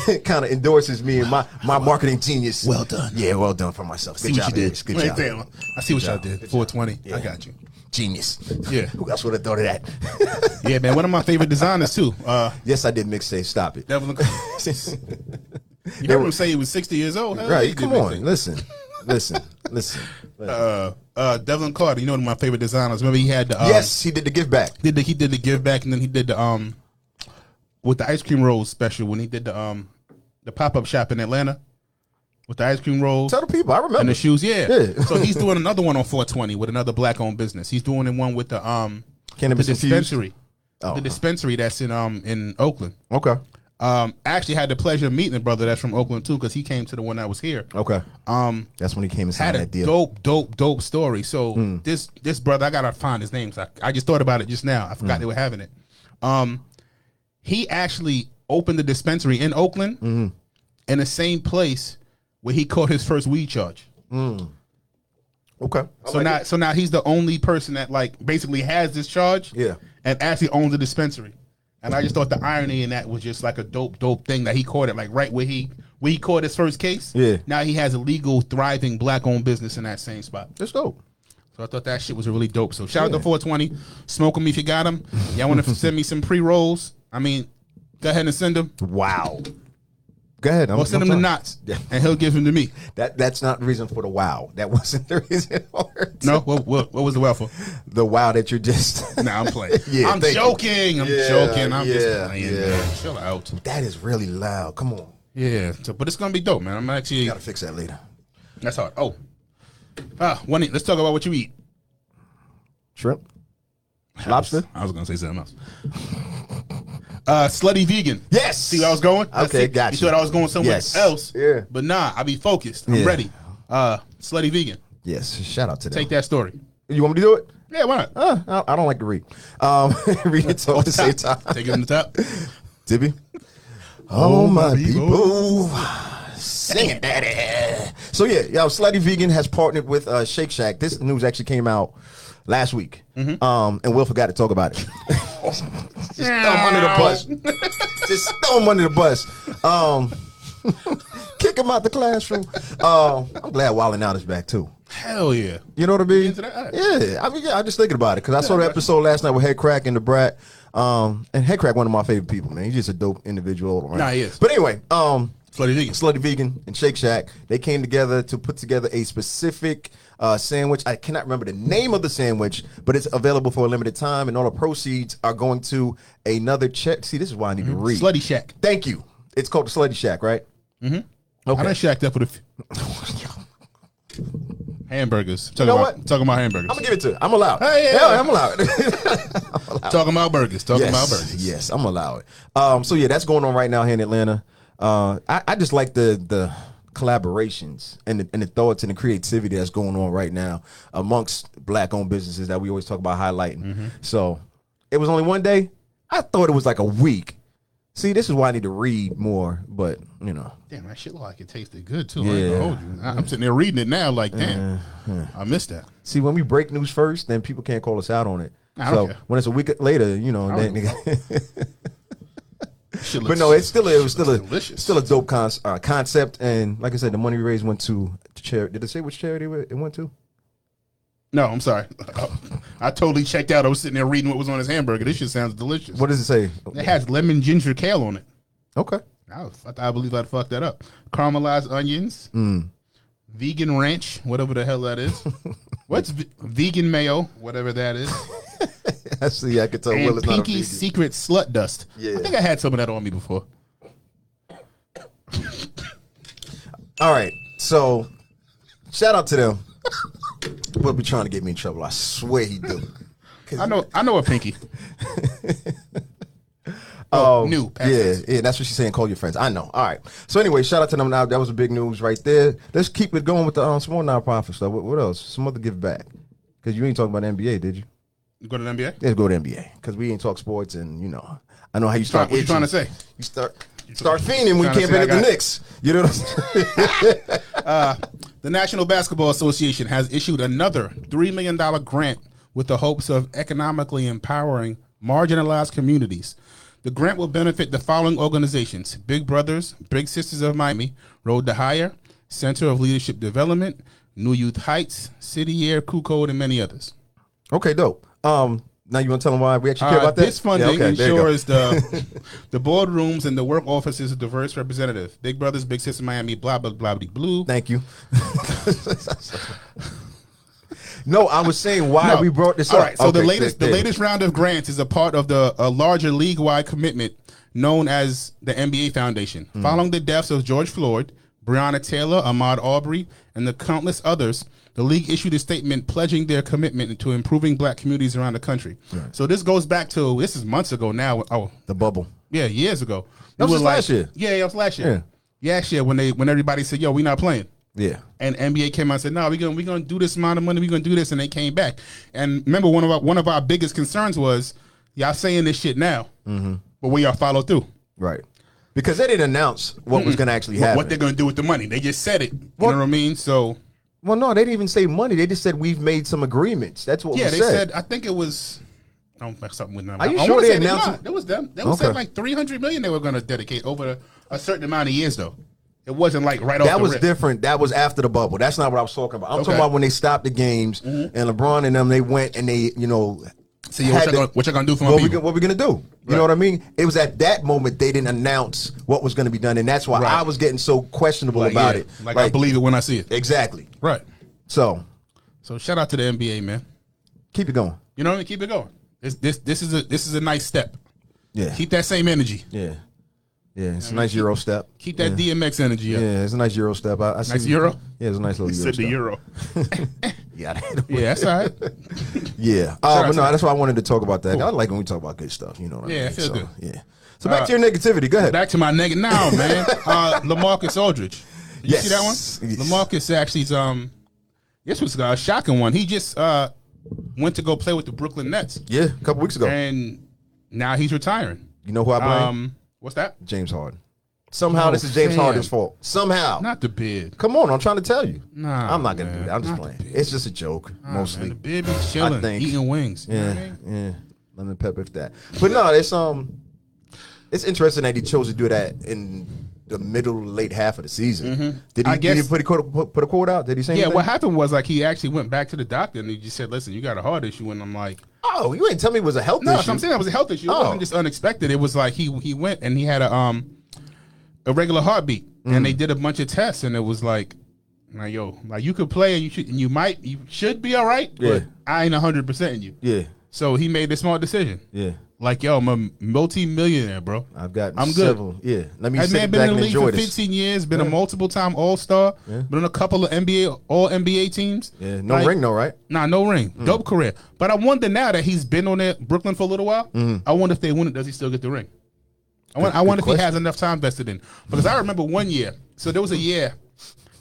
S2: kind of endorses me and my my marketing genius.
S1: Well done.
S2: Yeah, well done for myself. Good
S1: see
S2: job,
S1: what you
S2: Idris.
S1: did.
S2: Good
S1: Wait,
S2: job.
S1: damn. I see what y'all did. 420. I got you.
S2: genius.
S1: Yeah.
S2: Who else would have thought of that?
S1: Yeah, man. One of my favorite designers too. Uh,
S2: yes, I did mixtape. Stop it.
S1: Devil. and- You heard him say he was 60 years old. Hell, he
S2: right,
S1: did
S2: come
S1: make
S2: on.
S1: things.
S2: Listen, listen, listen. um,
S1: Uh, uh, Devlin Carter, you know one of my favorite designers. Remember he had the um,
S2: yes, he did the give back.
S1: did the, he did the give back and then he did the um with the ice cream rolls special when he did the um the pop up shop in Atlanta with the ice cream rolls
S2: Tell the people. I
S1: and
S2: remember.
S1: the shoes. Yeah,
S2: Yeah.
S1: so he's doing another one on 420 with another black owned business. He's doing one with the um
S2: Cannabis
S1: the
S2: infused?
S1: dispensary,
S2: Oh.
S1: the dispensary that's in um in Oakland.
S2: Okay.
S1: Um, actually had the pleasure of meeting the brother that's from Oakland too, because he came to the one that was here.
S2: Okay.
S1: Um,
S2: That's when he came and
S1: had
S2: signed
S1: a
S2: that deal.
S1: dope, dope, dope story. So
S2: Hmm.
S1: this this brother, I gotta find his name. 'cause I, I just thought about it just now. I forgot
S2: Hmm.
S1: they were having it. Um, he actually opened the dispensary in Oakland,
S2: Hmm.
S1: in the same place where he caught his first weed charge.
S2: Okay.
S1: So now, so now he's the only person that like basically has this charge,
S2: Yeah.
S1: and actually owns a dispensary. And I just thought the irony in that was just like a dope, dope thing that he caught it like right where he where he caught his first case.
S2: Yeah.
S1: Now he has a legal, thriving black-owned business in that same spot.
S2: That's dope.
S1: So I thought that shit was really dope. So shout out to 420. Smoke them if you got them. Y'all want to send me some pre rolls? I mean, go ahead and send them.
S2: Wow. Go ahead. I'm,
S1: Or send
S2: I'm
S1: them to
S2: sorry.
S1: Knots,
S2: Yeah.
S1: and he'll give them to me.
S2: That that's not the reason for the wow. That wasn't the reason for it.
S1: No, what, what, what was the well for?
S2: The wow that you're just.
S1: Nah, I'm playing.
S2: Yeah,
S1: I'm
S2: thank you.
S1: joking. I'm
S2: Yeah,
S1: joking. I'm just
S2: yeah,
S1: playing.
S2: yeah.
S1: man. Chill out.
S2: that is really loud. Come on.
S1: Yeah, so, but it's gonna be dope, man. I'm actually
S2: Gotta fix that later.
S1: that's hard. Oh, ah, one. Let's talk about what you eat.
S2: Shrimp. Lobster.
S1: I was gonna say something else. Uh, slutty vegan.
S2: Yes.
S1: See where I was going? That's
S2: Okay,
S1: it.
S2: gotcha.
S1: You thought I was going somewhere
S2: Yes.
S1: else.
S2: Yeah.
S1: But nah, I be focused. I'm
S2: Yeah.
S1: ready. Uh, slutty vegan.
S2: Yes. Shout out to them.
S1: Take that story.
S2: You want me to do it?
S1: Yeah, why not?
S2: Uh, I, I don't like to read. Um, read it all at the same time.
S1: Take it from the top.
S2: Tibby. Oh, my
S1: people.
S2: people. Sing it, daddy. So yeah, yo, Slutty Vegan has partnered with uh, Shake Shack. This news actually came out last week,
S1: Mm-hmm.
S2: um, and Will forgot to talk about it. Just throw him under the bus. Just throw him under the bus. Um, kick him out the classroom. Um, I'm glad Wildin' Out is back too.
S1: Hell yeah.
S2: You know what I mean?
S1: into that? Alright.
S2: Yeah, I mean, yeah, I'm just thinking about it because I saw the episode last night with Head Crack and the Brat. Um, and Head Crack, one of my favorite people, man. He's just a dope individual. all around.
S1: Nah, he is.
S2: But anyway, um,
S1: Slutty vegan.
S2: Slutty Vegan and Shake Shack, they came together to put together a specific uh, sandwich. I cannot remember the name of the sandwich, but it's available for a limited time, and all the proceeds are going to another check. See, this is why I need to read.
S1: Mm-hmm. Slutty shack.
S2: Thank you. It's called the Slutty Shack, right?
S1: I done shacked up with a few. Hamburgers. Talking
S2: know
S1: about,
S2: what?
S1: Talking about hamburgers.
S2: I'm gonna give it to. I'm allowed.
S1: Hey, yeah.
S2: yeah, I'm allowed.
S1: talking about burgers. Talking about
S2: yes,
S1: burgers.
S2: yes, I'm allowed. Um, so yeah, that's going on right now here in Atlanta. Uh, I, I just like the the collaborations and the, and the thoughts and the creativity that's going on right now amongst black owned businesses that we always talk about highlighting.
S1: Mm-hmm.
S2: So it was only one day. I thought it was like a week. See, this is why I need to read more, but you know,
S1: Damn, that shit look like it tasted good too. I ain't
S2: Yeah. Uh-huh.
S1: gonna hold you. I, am sitting there reading it now, like damn, I missed that.
S2: see when we break news first, then people can't call us out on it.
S1: I
S2: so
S1: don't care.
S2: when it's a week later, you know,
S1: don't
S2: then,
S1: Shit
S2: But
S1: looks-
S2: no, it's still a, it was still a
S1: Delicious.
S2: still a dope con- uh, concept, and like I said, the money we raised went to charity. Did it say which charity it went to?
S1: no. I'm sorry, I totally checked out. I was sitting there reading what was on his hamburger. This shit sounds delicious.
S2: What does it say?
S1: It has lemon ginger kale on it.
S2: Okay,
S1: I, was- I believe I'd fuck that up. Caramelized onions,
S2: Mm.
S1: vegan ranch, whatever the hell that is. What's ve- vegan mayo, whatever that is,
S2: I see. I could tell
S1: and
S2: Will is not a vegan.
S1: Pinky's secret slut dust. I
S2: Yeah.
S1: think I had some of that on me before.
S2: All right, so shout out to them. Will be trying to get me in trouble. I swear he do. 'Cause-
S1: I know, I know a Pinky. oh,
S2: Um,
S1: new, past
S2: Yeah,
S1: tense.
S2: yeah, that's what she's saying. Call your friends. I know. All right. So anyway, shout out to them. Now that was the big news right there. Let's keep it going with the um, some more nonprofit stuff. What, what else? Some other give back. Because you ain't talking about the NBA, did you?
S1: You go to the NBA.
S2: Let's go to NBA because we ain't talk sports, and you know, I know how you
S1: Try-
S2: start.
S1: what you
S2: itching.
S1: trying to say?
S2: You start start fiending when you
S1: trying to
S2: can't
S1: say I
S2: bet at the
S1: got-
S2: Knicks. You know what I'm saying?
S1: The National Basketball Association has issued another $3 million grant with the hopes of economically empowering marginalized communities. The grant will benefit the following organizations Big Brothers, Big Sisters of Miami, Road to Hire, Center of Leadership Development, New Youth Heights, City Air, Ku Code, and many others.
S2: okay, dope. Um, now you want to tell them why we actually care
S1: Uh,
S2: about that?
S1: This funding
S2: Yeah, okay, there you go.
S1: ensures the the boardrooms and the work offices of diverse representatives. Big Brothers, Big Sisters of Miami, blah, blah, blah, blah, blue.
S2: Thank you. no, I was saying why
S1: No.
S2: we brought this
S1: All
S2: up.
S1: right. So the
S2: Okay,
S1: latest,
S2: there-
S1: the
S2: there.
S1: latest round of grants is a part of the a larger league-wide commitment known as the NBA Foundation.
S2: Hmm.
S1: Following the deaths of George Floyd, Breonna Taylor, Ahmaud Aubrey, and the countless others, the league issued a statement pledging their commitment to improving Black communities around the country. So this goes back to this is months ago now. Oh,
S2: the bubble.
S1: Yeah, years ago.
S2: That
S1: It
S2: was just
S1: like-
S2: last year.
S1: Yeah, yeah, it was last year. Yeah, last year when they when everybody said, "Yo, we not playing,"
S2: Yeah.
S1: and NBA came out and said, "No, we gonna we gonna do this amount of money. We gonna do this," and they came back. And remember, one of our one of our biggest concerns was y'all saying this shit now,
S2: Mm-hmm.
S1: but we y'all follow through.
S2: Right. Because they didn't announce what was going to actually happen.
S1: What they're gonna do with the money? They just said it. You
S2: What-
S1: know what I mean? So
S2: well, no, they didn't even say money. They just said we've made some agreements. That's what
S1: yeah,
S2: was
S1: they
S2: said.
S1: said I think it was. I don't mess up with them.
S2: Are you
S1: I
S2: sure
S1: wanna
S2: they
S1: say
S2: announced
S1: not.
S2: it?
S1: It was them. They was said
S2: Okay.
S1: like three hundred million they were gonna dedicate over a certain amount of years though. It wasn't like right off
S2: that
S1: the
S2: was
S1: rip.
S2: different. That was after the bubble. That's not what I was talking about. I'm talking
S1: Okay. Mm-hmm.
S2: about when they stopped the games and LeBron and them they went and they you know
S1: So yeah, what
S2: had
S1: y'all
S2: to-
S1: gonna, what y'all gonna do for my
S2: what we,
S1: people?
S2: gonna- what we gonna do? You know what I mean? It was at that moment they didn't announce what was gonna be done, and that's why
S1: Right.
S2: I was getting so questionable
S1: Like,
S2: about
S1: yeah,
S2: it.
S1: Like, I believe it when I see it.
S2: exactly.
S1: Right.
S2: So
S1: So shout out to the NBA, man.
S2: keep it going.
S1: You know what I mean? Keep it going. This this this is a this is a nice step.
S2: Yeah,
S1: Keep that same energy.
S2: yeah, yeah. It's a nice Euro step.
S1: Keep that DMX energy up.
S2: Yeah, it's a nice Euro step. I, I see
S1: Nice Euro?
S2: Yeah, it's a nice little Euro. Step.
S1: Euro.
S2: Yeah,
S1: Yeah, that's all right.
S2: yeah. Uh, but
S1: out
S2: no,
S1: to them.
S2: that's why I wanted to talk about that. I like when we talk about good stuff. You know what I
S1: Yeah,
S2: mean?
S1: it feels
S2: so,
S1: good.
S2: Yeah. So back to your negativity. Go ahead.
S1: Back to my nigga now, man. Uh, Lamarcus Aldridge. Did
S2: Yes.
S1: You see that one?
S2: Yes.
S1: Lamarcus actually's um, this was a shocking one. He just uh went to go play with the Brooklyn Nets,
S2: yeah, a couple weeks ago.
S1: and now he's retiring.
S2: you know who I blame?
S1: Um, what's that?
S2: James Harden. Somehow
S1: No,
S2: this is James
S1: fam.
S2: Harden's fault. Somehow.
S1: Not the beard.
S2: Come on, I'm trying to tell you.
S1: Nah,
S2: I'm not gonna
S1: man.
S2: do that. I'm just
S1: Not the
S2: playing. It's just a joke, mostly.
S1: Man, the beard be chilling,
S2: think-
S1: eating wings. You know what I
S2: Yeah,
S1: mean?
S2: yeah. Lemon pepper if that. But no, it's um, it's interesting that he chose to do that in the middle, late half of the season. Did he?
S1: Mm-hmm. I
S2: did
S1: guess-
S2: he put a quote, put, put a quote out? Did he say?
S1: Yeah,
S2: anything?
S1: what happened was like he actually went back to the doctor and he just said, "Listen, you got a heart issue." And I'm like,
S2: Oh, you ain't tell me it was a health
S1: "No,
S2: issue.
S1: so I'm saying that was a health issue.
S2: Oh.
S1: It wasn't just unexpected. It was like he he went and he had a um a regular heartbeat, and they did a bunch of tests, and it was like, now yo, like you could play and you should and you might you should be all right,
S2: Yeah.
S1: but I ain't hundred percent in you."
S2: yeah,
S1: So he made the smart decision.
S2: yeah.
S1: Like yo, I'm a multi-millionaire, bro.
S2: I've got.
S1: I'm good.
S2: several. Yeah, let me
S1: That man
S2: sit
S1: been
S2: back
S1: in
S2: and
S1: the league for
S2: enjoy this.
S1: 15 years, been a multiple time All Star, been on a couple of NBA All NBA teams.
S2: Yeah, no
S1: Like,
S2: ring, no right.
S1: Nah, no ring.
S2: Mm.
S1: Dope career. But I wonder now that he's been on that Brooklyn for a little while.
S2: Mm-hmm.
S1: I wonder if they win it. Does he still get the ring? I wonder, I wonder if he
S2: question.
S1: has enough time vested in. Because I remember one year. So there was a year.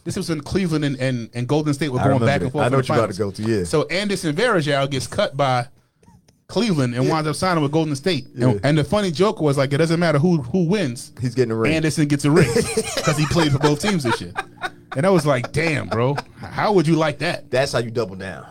S1: This was when Cleveland and, and, and Golden State were going
S2: remember
S1: back
S2: that.
S1: and forth.
S2: I
S1: in
S2: know
S1: the
S2: what you're about
S1: finals.
S2: to go to, yeah.
S1: So Anderson Varejao gets cut by Cleveland and winds up signing with Golden State. And, and the funny joke was like it doesn't matter who who wins.
S2: He's getting a ring.
S1: Anderson gets a ring because he played for both teams this year. And I was like, damn, bro, how would you like that?
S2: That's how you double down.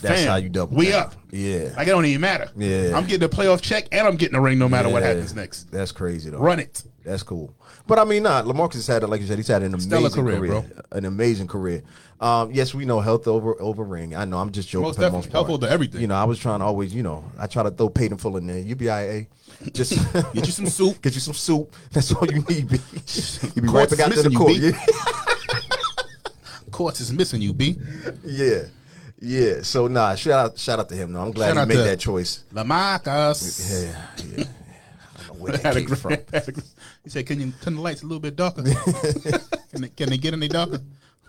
S2: That's
S1: Fam,
S2: how you double.
S1: we
S2: down.
S1: up.
S2: Yeah.
S1: Like it don't even matter.
S2: Yeah.
S1: I'm getting a playoff check and I'm getting a ring no matter what
S2: Yeah.
S1: happens next.
S2: That's crazy though.
S1: Run it.
S2: That's cool. But I mean, not nah, Lamarcus has had, like you said, he's had an amazing
S1: Stellar
S2: career,
S1: career, bro.
S2: An amazing career. Um, yes, we know health over over ring. I know. I'm just joking.
S1: Most
S2: for the
S1: definitely.
S2: most part.
S1: Health over everything.
S2: You know, I was trying to always, you know, I try to throw Peyton Full in there. You be IA. Just
S1: Get you some soup.
S2: Get you some soup. That's all you need. B. You be right
S1: Court's
S2: back out to the
S1: missing you,
S2: court.
S1: B.
S2: Yeah.
S1: Courts is missing you, B.
S2: yeah, yeah. So nah, shout out, shout out to him. No, I'm glad
S1: Shout
S2: he
S1: out
S2: made
S1: to-
S2: that choice.
S1: Lamarcus.
S2: Yeah, yeah. yeah. I don't know where that
S1: Had a
S2: came
S1: great-
S2: from.
S1: He said, "Can you turn the lights a little bit darker? can, they, can they get any darker?"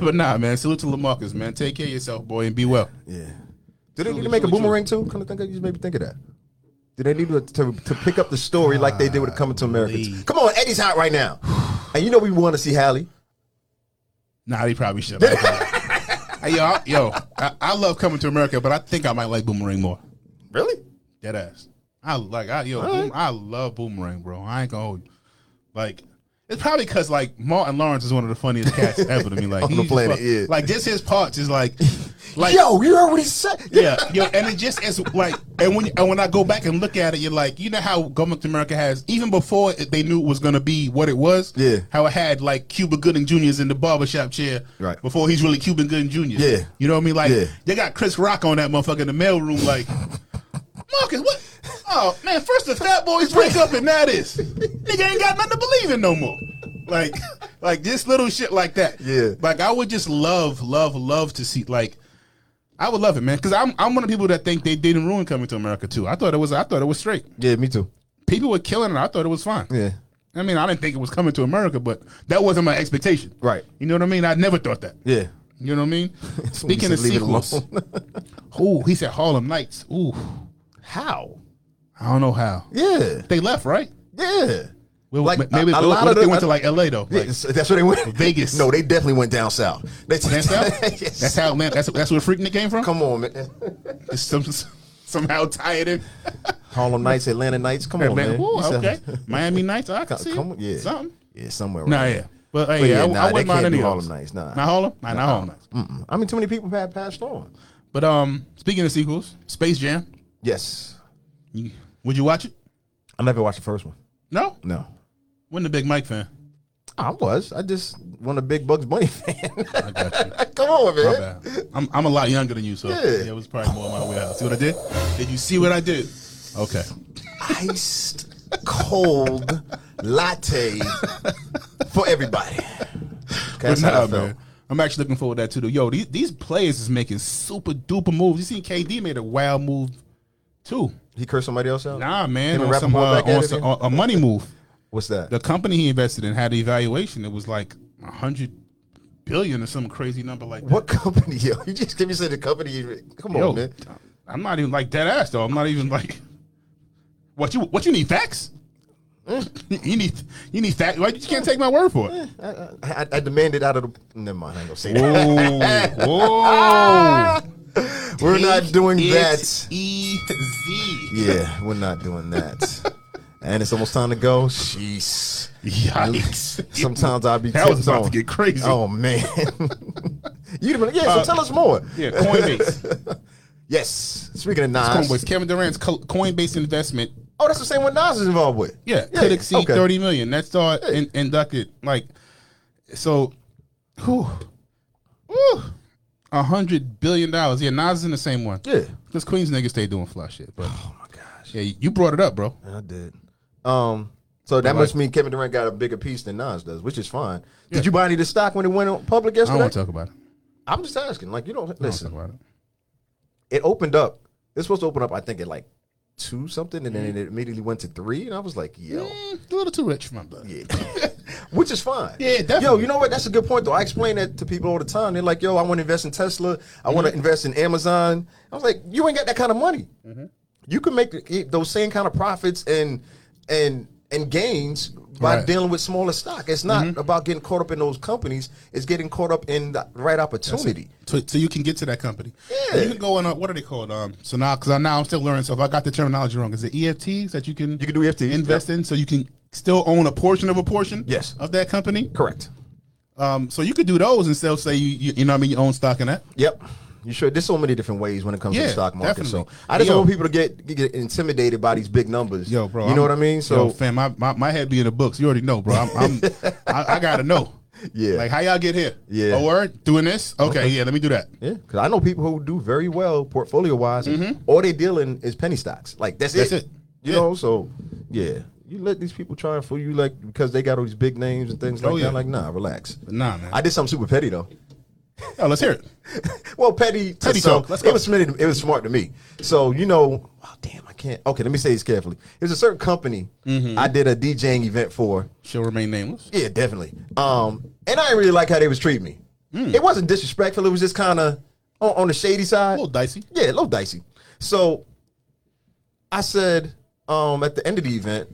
S1: but nah, man. Salute to Lamarcus, man. Take care of yourself, boy, and be well.
S2: Yeah. Do they
S1: Truly,
S2: need to make a
S1: truly,
S2: boomerang too? Kind of think I just maybe think of that. Do they need to, to, to pick up the story like they did with Coming to America?
S1: Golly.
S2: Come on, Eddie's hot right now, and you know we want to see Hallie.
S1: Nah, they probably should. Hey, yo, I, yo, I, I love coming to America, but I think I might like Boomerang more.
S2: Really?
S1: Dead ass. I like I yo, boom, I love Boomerang, bro. I ain't gonna hold you. Like it's probably because like Martin Lawrence is one of the funniest cats ever to me. Like
S2: On the
S1: he's
S2: planet,
S1: fuck-
S2: yeah.
S1: Like just his parts is like, like
S2: Yo, you heard what he said?
S1: yeah, yo, and it just is like, and when and when I go back and look at it, you're like, you know how Government of America has even before it- they knew it was gonna be what it was,
S2: Yeah.
S1: How it had like Cuba Gooding Jr.'s in the barbershop chair,
S2: Right.
S1: Before he's really Cuba Gooding Jr.
S2: Yeah.
S1: you know what I mean? Like
S2: Yeah.
S1: they got Chris Rock on that motherfucker in the mailroom, like Marcus, what? Oh man, first the Fat Boys break up, and now this nigga ain't got nothing to believe in no more. Like, like this little shit like that.
S2: Yeah.
S1: Like I would just love, love, love to see like. I would love it, man, because I'm I'm one of the people that think they didn't ruin coming to America too. I thought it was I thought it was straight.
S2: Yeah, me too.
S1: People were killing it. I thought it was fine.
S2: Yeah,
S1: I mean, I didn't think it was coming to America, but that wasn't my expectation.
S2: Right.
S1: You know what I mean? I never thought that.
S2: yeah.
S1: You know what I mean? Speaking
S2: said
S1: of
S2: leave it
S1: sequels, ooh, he said Harlem Nights. Ooh, how? I don't know how
S2: Yeah,
S1: they left, right?
S2: yeah.
S1: Well,
S2: Like,
S1: ma- maybe
S2: a- a
S1: what,
S2: lot
S1: what
S2: of
S1: if they
S2: the-
S1: went to like L.A. though? Like,
S2: Yeah, so that's where they went.
S1: Vegas.
S2: No, they definitely went down south. They
S1: down south?
S2: Yes.
S1: That's how Atlanta, that's that's where Freaknik came from.
S2: Come on, man.
S1: It's some, somehow tied in.
S2: Harlem Nights, Atlanta Nights. Come on,
S1: Atlanta,
S2: man.
S1: ooh,
S2: You said-
S1: okay, Miami Nights. I can
S2: Come
S1: see
S2: come on,
S1: it.
S2: yeah,
S1: something.
S2: yeah, somewhere.
S1: Nah,
S2: around
S1: yeah,
S2: there.
S1: but, hey,
S2: But
S1: yeah, I,
S2: nah,
S1: I
S2: they
S1: wouldn't mind
S2: can't
S1: any
S2: do
S1: of
S2: Harlem
S1: those.
S2: Nights. Nah,
S1: Not Harlem. Nah, not Harlem Nights.
S2: Mm-mm. I mean, too many people have passed on.
S1: But um, speaking of sequels, Space Jam.
S2: Yes,
S1: you- Would you watch it?
S2: I never watched the first one.
S1: No.
S2: No,
S1: Wasn't a big Mike fan.
S2: I was. I just want a big Bugs Bunny fan.
S1: I got you.
S2: Come on,
S1: My
S2: man.
S1: bad. I'm I'm a lot younger than you, so yeah.
S2: Yeah.
S1: it was probably more in my warehouse. See what I did? Did you see what I did? Okay.
S2: Iced cold latte for everybody.
S1: But
S2: That's how
S1: nah,
S2: I felt.
S1: man. I'm actually looking forward to that too. Though. Yo, these, these players is making super duper moves. You seen KD made a wild move too.
S2: He cursed somebody else out.
S1: Nah, man,
S2: Him and
S1: on some,
S2: Rappaport
S1: uh,
S2: back at
S1: on
S2: it
S1: some
S2: again?
S1: on a money move.
S2: What's that?
S1: The company he invested in had an evaluation. It was like a hundred billion or some crazy number like that.
S2: What company? Yo, you just give me say the company. you- Come on,
S1: Yo,
S2: man.
S1: I'm not even like dead ass though. I'm not even like what you what you need facts.
S2: Eh.
S1: you need you need facts. Like, you can't take my word for it.
S2: I, I, I demanded out of the. Never mind. I ain't gonna say that.
S1: Whoa, whoa!
S2: We're not doing
S1: It
S2: that.
S1: Easy.
S2: Yeah, we're not doing that. and it's almost time to go. Jeez.
S1: Yikes!
S2: Sometimes I'll be
S1: That was
S2: tipped
S1: about
S2: on.
S1: to get crazy.
S2: Oh man. You'd have been like, yeah. So
S1: Uh,
S2: tell us more.
S1: Yeah, Coinbase.
S2: Yes. Speaking of
S1: Coinbase.
S2: Nas.
S1: Kevin Durant's co- Coinbase investment.
S2: Oh, that's the same one Nas is involved with.
S1: Yeah, could exceed
S2: okay.
S1: thirty million. That's all in, inducted. Like, so, whew, whew, a hundred billion dollars. Yeah, Nas is in the same one.
S2: Yeah.
S1: Because Queens niggas stay doing fly shit. But
S2: Oh my gosh.
S1: yeah, you brought it up, bro.
S2: I did. Um. So that must mean Kevin Durant got a bigger piece than Nas does, which is fine. Did you buy any of the stock when it went on public
S1: I don't
S2: yesterday?
S1: want to talk about it.
S2: I'm just asking. Like you don't
S1: I don't
S2: listen.
S1: talk about it.
S2: it opened up. It's supposed to open up, I think, at like two something, and then it immediately went to three. And I was like, yo,
S1: Mm, a little too rich for my blood.
S2: yeah. Which is fine.
S1: Yeah, definitely.
S2: Yo, you know what? That's a good point though. I explain that to people all the time. They're like, "Yo, I want to invest in Tesla. I
S1: Mm-hmm.
S2: want to invest in Amazon." I was like, "You ain't got that kind of money.
S1: Mm-hmm.
S2: You can make the- those same kind of profits and and and gains by
S1: Right. Mm-hmm.
S2: dealing with smaller stock. It's not about getting caught up in those companies. It's getting caught up in the right opportunity.
S1: So, so you can get to that company.
S2: Yeah.
S1: You can go on, uh, what are they called? Um, so now, because now I'm still learning. So if I got the terminology wrong, is it EFTs that you can
S2: You can do E EFTs,
S1: invest in? So you can still own a portion of a portion
S2: Yes.
S1: of that company?
S2: Correct.
S1: Um, so you could do those and still say you, you, you know what I mean you own stock in that.
S2: Yep. You sure? There's so many different ways when it comes to
S1: Yeah,
S2: the stock market.
S1: definitely.
S2: So I just
S1: Yo.
S2: don't want people to get get intimidated by these big numbers.
S1: Yo, bro,
S2: You know what I mean? So
S1: yo, fam, my, my, my head be in the books. You already know, bro. I'm, I'm I, I gotta know.
S2: Yeah.
S1: like how y'all get here?
S2: Yeah.
S1: a word doing this. Okay, yeah, let me do that.
S2: yeah, because I know people who do very well portfolio wise. All they deal in is penny stocks. Like that's,
S1: Mm-hmm. That's
S2: it.
S1: it.
S2: You
S1: Yeah.
S2: know. So yeah, you let these people try and fool you like because they got all these big names and things like
S1: Oh, yeah.
S2: that. Like nah, relax.
S1: But nah, man.
S2: I did something super petty though.
S1: Yo, let's hear it.
S2: well, petty,
S1: Petty
S2: petty so
S1: talk. Let's go.
S2: it was smart. It was smart to me. So you know, oh, damn, I can't. Okay, let me say this carefully. There's a certain company
S1: Mm-hmm.
S2: I did a DJing event for.
S1: She'll remain nameless.
S2: Yeah, definitely. Um, and I didn't really like how they was treating me. It wasn't disrespectful. It was just kind of on, on the shady
S1: A
S2: side.
S1: little dicey.
S2: Yeah, a little dicey. So I said um, at the end of the event,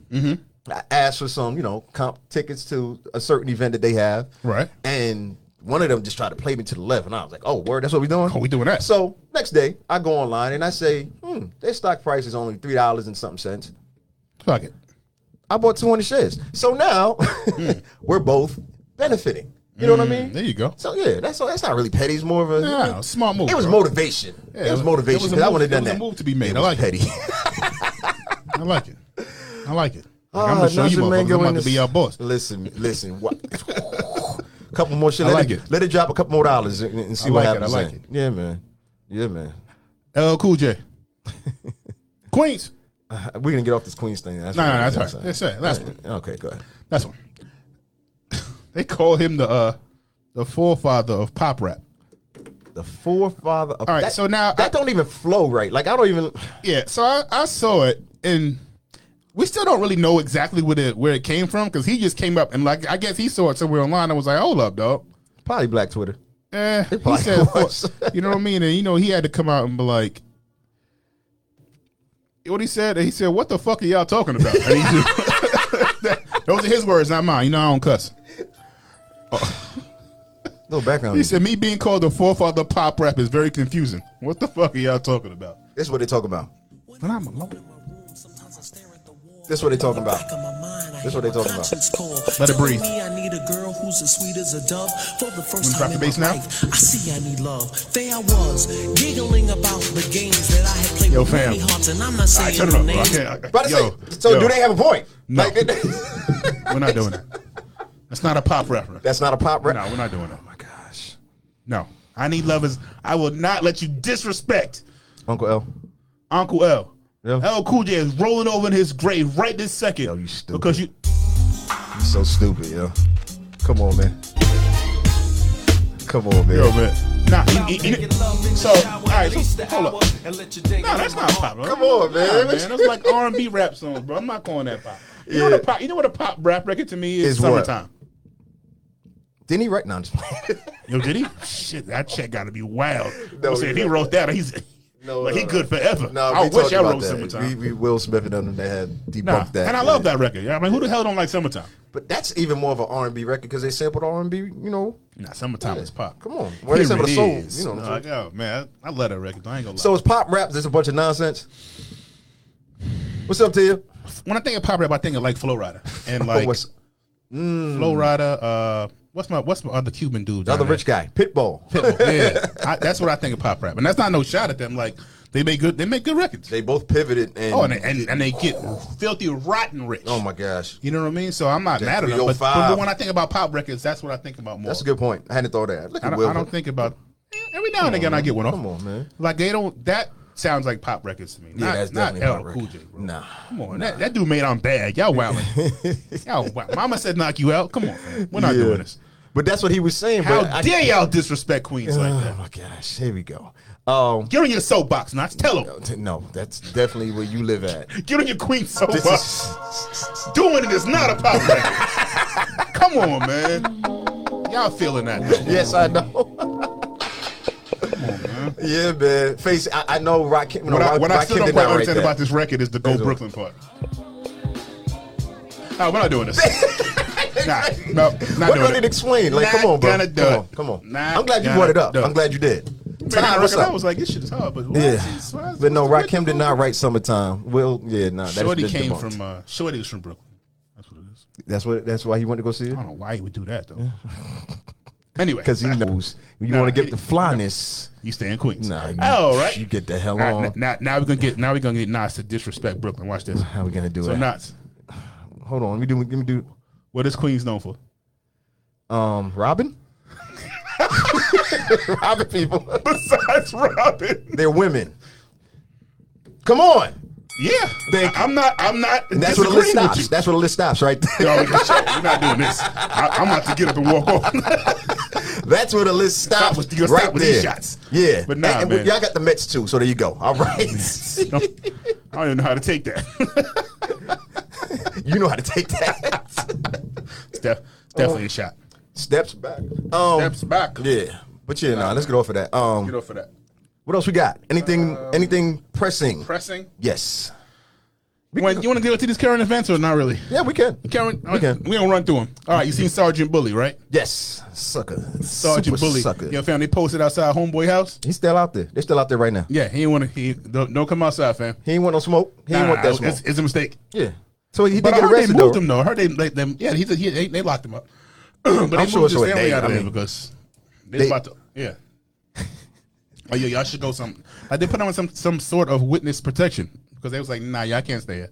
S2: I asked for some, you know, comp tickets to a certain event that they have.
S1: Right.
S2: And one of them just tried to play me to the left, and I was like, "Oh, word, that's what we doing."
S1: Oh, we doing that.
S2: So next day, I go online and I say, "Hmm, their stock price is only three dollars and something cents."
S1: Fuck it.
S2: I bought 200 shares. So now
S1: Hmm.
S2: we're both benefiting. You know what I mean?
S1: There you go.
S2: So yeah, that's that's not really petty. It's more of a
S1: Nah, smart move,
S2: It was
S1: bro.
S2: motivation.
S1: Yeah,
S2: it was
S1: it was- it
S2: motivation
S1: was a
S2: because I
S1: move-
S2: would have
S1: it
S2: done
S1: was a
S2: that.
S1: move to be made.
S2: It
S1: I
S2: was
S1: like it.
S2: petty.
S1: I like it. I like it. Like,
S2: Ah,
S1: I'm gonna show you
S2: Nelson
S1: motherfuckers.
S2: Mango
S1: I'm about
S2: in
S1: to be
S2: this-
S1: your boss.
S2: Listen, listen. What? couple more shit.
S1: I
S2: Let
S1: like
S2: it,
S1: it.
S2: let it drop a couple more dollars and, and see
S1: I like
S2: what
S1: it, I
S2: happens.
S1: like
S2: then.
S1: it.
S2: Yeah, man. Yeah, man.
S1: LL Cool J. Queens.
S2: Uh, we're gonna get off this Queens thing. That's
S1: No,
S2: what
S1: no,
S2: I'm
S1: that's
S2: saying.
S1: all right. That's all right. Last one.
S2: Okay, go ahead.
S1: That's one. they call him the uh, the forefather of pop rap.
S2: The forefather. Of,
S1: All right,
S2: that-
S1: so now I-
S2: that don't even flow right. Like I don't even.
S1: Yeah, so I, I saw it, and we still don't really know exactly what it, where it came from because he just came up and like I guess he saw it somewhere online. and was like, hold up, dog.
S2: Probably Black Twitter.
S1: Eh, he
S2: probably
S1: said,
S2: was.
S1: you know what I mean? And you know he had to come out and be like, what he said, he said, "What the fuck are y'all talking about?" And he just- those are his words, not mine. You know I don't cuss.
S2: little background.
S1: He said, "Me being called the forefather of pop rap is very confusing. What the fuck are y'all talking about?"
S2: That's what they talking about.
S1: But I'm alone.
S2: That's what they talking about. That's what they talking about.
S1: Let it breathe.
S3: Me, I need a girl who's as sweet as a dove. For the first
S1: Wanna drop
S3: time
S1: the
S3: in
S1: bass
S3: my
S1: now?
S3: life, I see I need love. There I was, giggling about the games that I had played
S1: Yo,
S3: with
S1: fam.
S3: many hearts, and I'm not
S1: I
S3: saying
S1: turn it
S3: no
S1: up. Bro. I
S3: names.
S1: can't, I-
S2: But I
S1: yo,
S2: say, so
S1: yo,
S2: do they have a point?
S1: No.
S2: Like,
S1: We're not doing that. That's not a pop reference.
S2: that's not a pop
S1: No,
S2: rap.
S1: we're not doing that.
S2: Oh my gosh,
S1: No, I need lovers. I will not let you disrespect
S2: Uncle L.
S1: Uncle L.
S2: Yeah.
S1: L Cool J is rolling over in his grave right this second.
S2: Yo, you stupid.
S1: Because you,
S2: You so stupid, yo. Come on, man. Come on, man.
S1: yo, man. Nah, he- he- he- so all right, so, hold up. No,
S4: No,
S1: that's not pop. Bro.
S2: Come on, man.
S1: Nah, man. That's like R and B rap songs, bro. I'm not calling that pop. You know
S2: Yeah.
S1: what a pop? You know what a pop rap record to me is?
S2: Is what?
S1: Summertime.
S2: Didn't he write? No, I'm just playing.
S1: Yo, did he? Shit, that check got to be wild.
S2: No,
S1: I'm saying
S2: he
S1: if he
S2: wrote
S1: wrote that, he's
S2: No,
S1: like
S2: no,
S1: he
S2: no.
S1: good forever.
S2: No,
S1: I
S2: we
S1: wish
S2: talked
S1: I
S2: about
S1: wrote
S2: that.
S1: summertime.
S2: We, we Will Smith and them that had debunked
S1: Nah,
S2: that.
S1: and I love
S2: yeah.
S1: that record. Yeah, I mean, who the hell don't like summertime?
S2: But that's even more of an R and B record because they sampled R and B. You know,
S1: Nah, summertime is pop.
S2: Come on. Well, they said with a soul, you know what I'm
S1: Nah, yo, man, I I love that record. I ain't gonna lie.
S2: so it's pop rap. That's a bunch of nonsense. What's up to you?
S1: when I think of pop rap, I think of like Flow Rider and like
S2: What's
S1: Flow Rider. Uh, what's my what's my other Cuban dude?
S2: the
S1: down
S2: other
S1: there?
S2: rich guy? Pitbull.
S1: Pitbull. Yeah, I, that's what I think of pop rap, and that's not no shot at them. Like they make good, they make good records.
S2: They both pivoted and
S1: oh, and they, and, and they get filthy, rotten rich.
S2: oh my gosh,
S1: You know what I mean? So I'm not mad at them. But,
S2: 305.
S1: but when I think about pop records, that's what I think about more.
S2: that's a good point. I hadn't thought of that. Look
S1: I
S2: at
S1: don't,
S2: Will.
S1: I don't think about every now and again I get one off.
S2: Come on, man.
S1: Like they don't. That sounds like pop records to me. Not,
S2: that's
S1: not
S2: definitely
S1: L
S2: pop
S1: Cool
S2: record.
S1: J. Bro.
S2: Nah.
S1: come on. That, that dude made on bad. Y'all wildin'. Y'all wow. Mama said knock you out. Come on, man. we're not
S2: Yeah.
S1: doing this.
S2: But that's what he was saying.
S1: How
S2: but I-
S1: dare y'all disrespect queens like
S2: Oh
S1: that?
S2: my gosh, here we go. Um,
S1: Get on your soapbox, Knox. Tell them.
S2: no, that's definitely where you live at.
S1: Get on your queen
S2: This
S1: soapbox.
S2: is
S1: Doing it is not a pop record. Come on, man. Y'all feeling that? though.
S2: Yes, I know. yeah, man. Face, I, I know Rock. No,
S1: What I,
S2: Rock-
S1: what I
S2: Rakim
S1: still don't
S2: did
S1: quite
S2: not write
S1: understand
S2: that.
S1: about this record is the Go
S2: all.
S1: Brooklyn part. Oh, we're not doing this. nah, no, not
S2: What do I
S1: doing
S2: need
S1: it.
S2: to explain? Like,
S1: Not
S2: come on, bro.
S1: gonna do
S2: Come
S1: it.
S2: on, come on.
S1: Not
S2: I'm glad you
S1: gonna
S2: brought it up.
S1: do it.
S2: I'm glad you did.
S1: Man,
S2: Ty,
S1: I,
S2: what's
S1: reckon- I
S2: up?
S1: was like, this shit is hard, but why
S2: yeah,
S1: is he- why is-
S2: but no,
S1: what's the
S2: Rakim did not write "Summertime." Will, yeah, nah, that's
S1: Shorty
S2: that's
S1: came
S2: debunked.
S1: from uh, Shorty was from Brooklyn. That's what it is.
S2: That's what. That's why he went to go see
S1: I
S2: it
S1: don't know why he would do that though. anyway,
S2: because he knows you
S1: Oh. Nah,
S2: want to get
S1: he-
S2: the flyness.
S1: you stay in Queens.
S2: Nah, you,
S1: oh, right.
S2: You get the hell
S1: All
S2: on.
S1: right, now, now we're gonna get now we're gonna get Nas to disrespect Brooklyn. Watch this.
S2: How we gonna do
S1: So
S2: it?
S1: Nas,
S2: Hold on. Let me do. Let me do.
S1: what is Queens known for?
S2: Um, Robin. Robin people.
S1: Besides Robin.
S2: They're women. Come on.
S1: Yeah,
S2: Thank you.
S1: I'm not. I'm not.
S2: And that's where the list
S1: disagreeing with
S2: stops. That's where the list stops right
S1: you.
S2: there.
S1: Yo, this shit, we're not doing this. I, I'm about to get up and walk off.
S2: That's where the list stops
S1: with- you gotta
S2: right
S1: stop with
S2: there.
S1: these shots.
S2: Yeah.
S1: But nah,
S2: and, and we-
S1: man.
S2: y'all got the Mets too, so there you go. All right.
S1: No, I don't even know how to take that.
S2: you know how to take that.
S1: It's, def- it's
S2: Oh.
S1: definitely a shot.
S2: Steps back. Um,
S1: Steps back.
S2: Yeah. But yeah, nah, let's get off of that. Um,
S1: Get off Um, for that.
S2: what else we got? Anything? anything pressing?
S1: Pressing.
S2: yes.
S1: When you want to get into these current events or not really?
S2: Yeah, we can.
S1: Current. uh, We
S2: can.
S1: gonna run through them. All right. You seen Sergeant Bully, right?
S2: Yes, sucker.
S1: Sergeant
S2: Super
S1: Bully.
S2: Sucker.
S1: Your family posted outside homeboy house.
S2: He's still out there. They're still out there right now.
S1: Yeah, he ain't want to. He don't, don't come outside, fam.
S2: He ain't want no smoke. He
S1: Nah,
S2: ain't want
S1: nah,
S2: that smoke.
S1: it's, it's a mistake.
S2: yeah. So he did
S1: But I
S2: get
S1: heard they
S2: arrested
S1: moved
S2: though.
S1: him though. I heard they, they them. Yeah, he said he, they, they locked him up. but they
S2: I'm sure
S1: moved his
S2: it's for a
S1: family
S2: day,
S1: out of
S2: I
S1: there
S2: mean.
S1: because they,
S2: They-
S1: about to. Yeah. Oh yeah, y'all should go some. Like they put on some some sort of witness protection because they was like, nah, y'all can't stay here.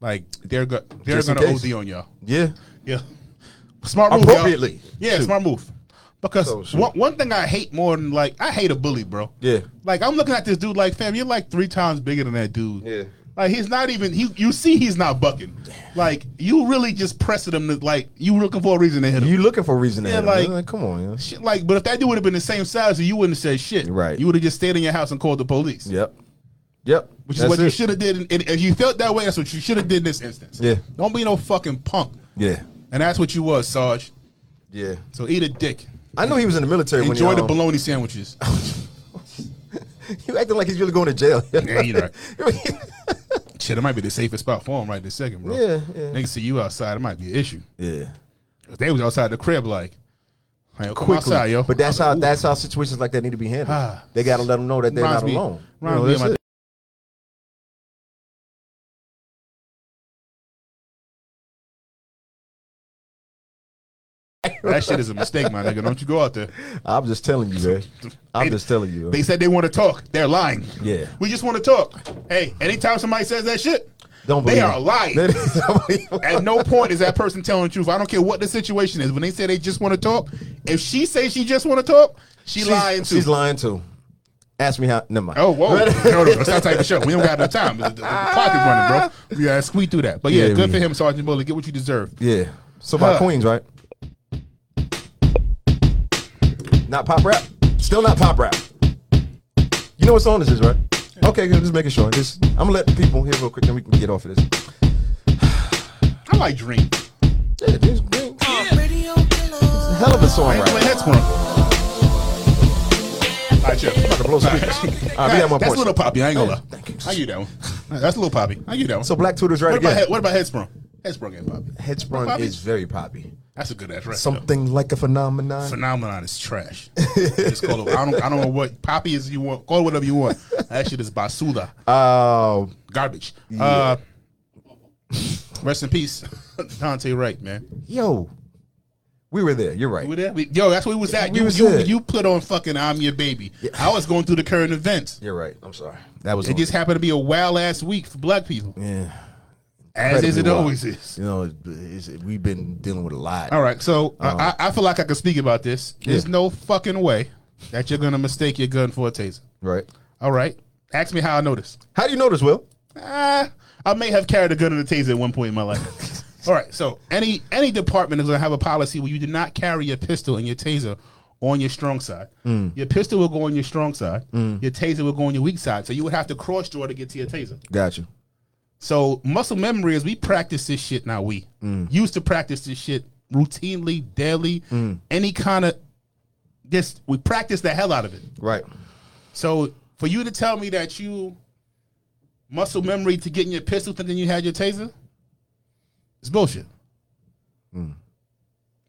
S1: Like they're go, they're
S2: Just in
S1: gonna
S2: case.
S1: OD on y'all.
S2: Yeah.
S1: Yeah. Smart move.
S2: Appropriately.
S1: y'all. Yeah,
S2: Shoot.
S1: smart move. Because
S2: So shoot.
S1: one, one thing I hate more than like I hate a bully, bro.
S2: Yeah.
S1: Like I'm looking at this dude like, fam, you're like three times bigger than that dude.
S2: Yeah.
S1: Like he's not even he you see he's not bucking. Like you really just pressing him to like you were looking for a reason to hit him.
S2: You looking for a reason to
S1: Yeah,
S2: hit him.
S1: like-
S2: come on, yeah.
S1: Shit, like, but if that dude would have been the same size, you wouldn't have said shit.
S2: Right.
S1: You would have just stayed in your house and called the police.
S2: Yep. Yep.
S1: Which
S2: That's
S1: is what you
S2: it.
S1: should have did. in- in- If you felt that way, that's what you should have did in this instance.
S2: Yeah.
S1: Don't be no fucking punk.
S2: Yeah.
S1: And that's what you was, Sarge.
S2: Yeah.
S1: So eat a dick.
S2: I know he was in the military
S1: Enjoy
S2: when
S1: the
S2: he, um,
S1: bologna sandwiches.
S2: You acting like he's really going to jail.
S1: Yeah, you right. Shit, it might be the safest spot for him right this second, bro.
S2: Yeah, yeah.
S1: They can see you outside. It might be an issue.
S2: Yeah.
S1: If they was outside the crib, like, hey, come
S2: quickly.
S1: outside, yo.
S2: But that's
S1: I
S2: how
S1: was like,
S2: that's how situations like that need to be handled.
S1: Ah.
S2: they got to let them know that they're
S1: Reminds
S2: not
S1: me-
S2: alone. You
S1: reminds
S2: know,
S1: me of
S2: that's
S1: my-
S2: it.
S1: "Ooh, that shit is a mistake, my nigga. Don't you go out there.
S2: I'm just telling you, man. I'm
S1: They-
S2: just telling you.
S1: They said they want to talk. They're lying.
S2: Yeah.
S1: We just want to talk. Hey, anytime somebody says that shit,
S2: Don't
S1: they
S2: believe
S1: are
S2: it.
S1: lying.
S2: Don't believe it.
S1: At no point is that person telling the truth. I don't care what the situation is. When they say they just want to talk, if she says she just want to talk, she
S2: she's,
S1: lying too.
S2: She's lying too. Ask me how. Never mind.
S1: Oh, whoa. no, no, that's that type of show. We don't got enough time. The, the, the clock is running, bro. We got to squeeze through that. But yeah,
S2: Yeah,
S1: good
S2: we-
S1: for him, Sergeant Bullet. Get what you deserve.
S2: Yeah. So by
S1: Huh.
S2: Queens, right? Not pop rap. Still not pop rap. You know what song this is, right? Okay, good. Just making sure. Just, I'm gonna let people hear real quick, then we can get off of this.
S1: I like Dream.
S2: Yeah, this great.
S3: Radio killer.
S2: Hell of
S1: I
S2: a
S1: ain't
S2: songwriter.
S1: playing that tomorrow. All right, chill. I'm about to blow
S2: Blow some speakers. Ah, All right, we got one
S1: That's
S2: point.
S1: Little Poppy. I ain't gonna lie.
S2: Thank you.
S1: I get that one. That's Little Poppy. I get that one.
S2: So Black Tudor's right
S1: what about,
S2: again.
S1: head, what about Headsprung? Headsprung ain't Poppy.
S2: Headsprung
S1: Poppy?
S2: is very poppy.
S1: That's a good ass record. though.
S2: Something like a phenomenon.
S1: phenomenon is trash. Just call it, I don't I don't know what poppy is you want. Call it whatever you want. That shit is basura.
S2: Oh,
S1: Garbage. Uh rest in peace. Dante Wright, man.
S2: yo, we were there. You're right.
S1: We there? We- yo, that's where we was at.
S2: We
S1: you,
S2: was
S1: you,
S2: there.
S1: you put on fucking I'm your baby. I was going through the current events.
S2: You're right. I'm sorry. That was
S1: It just happened to be a wild ass week for black people.
S2: yeah.
S1: As is it
S2: incredibly wild.
S1: always is.
S2: You know, it's, it's, we've been dealing with a lot.
S1: All right, so I I, I feel like I could speak about this. There's
S2: Uh-huh. Yeah.
S1: no fucking way that you're gonna mistake your gun for a taser.
S2: Right.
S1: All right, ask me how I know this.
S2: How do you know this, Will?
S1: Ah, I may have carried a gun and a taser at one point in my life. All right, so any any department is going to have a policy where you do not carry your pistol and your taser on your strong side. Your pistol will go on your strong side. Your taser will go on your weak side. So you would have to cross draw to get to your taser.
S2: Got you.
S1: So muscle memory is we practice this shit now. We used to practice this shit routinely, daily, any kind of just we practice the hell out of it.
S2: Right.
S1: So for you to tell me that you muscle memory to getting your pistol and then you had your taser, it's bullshit.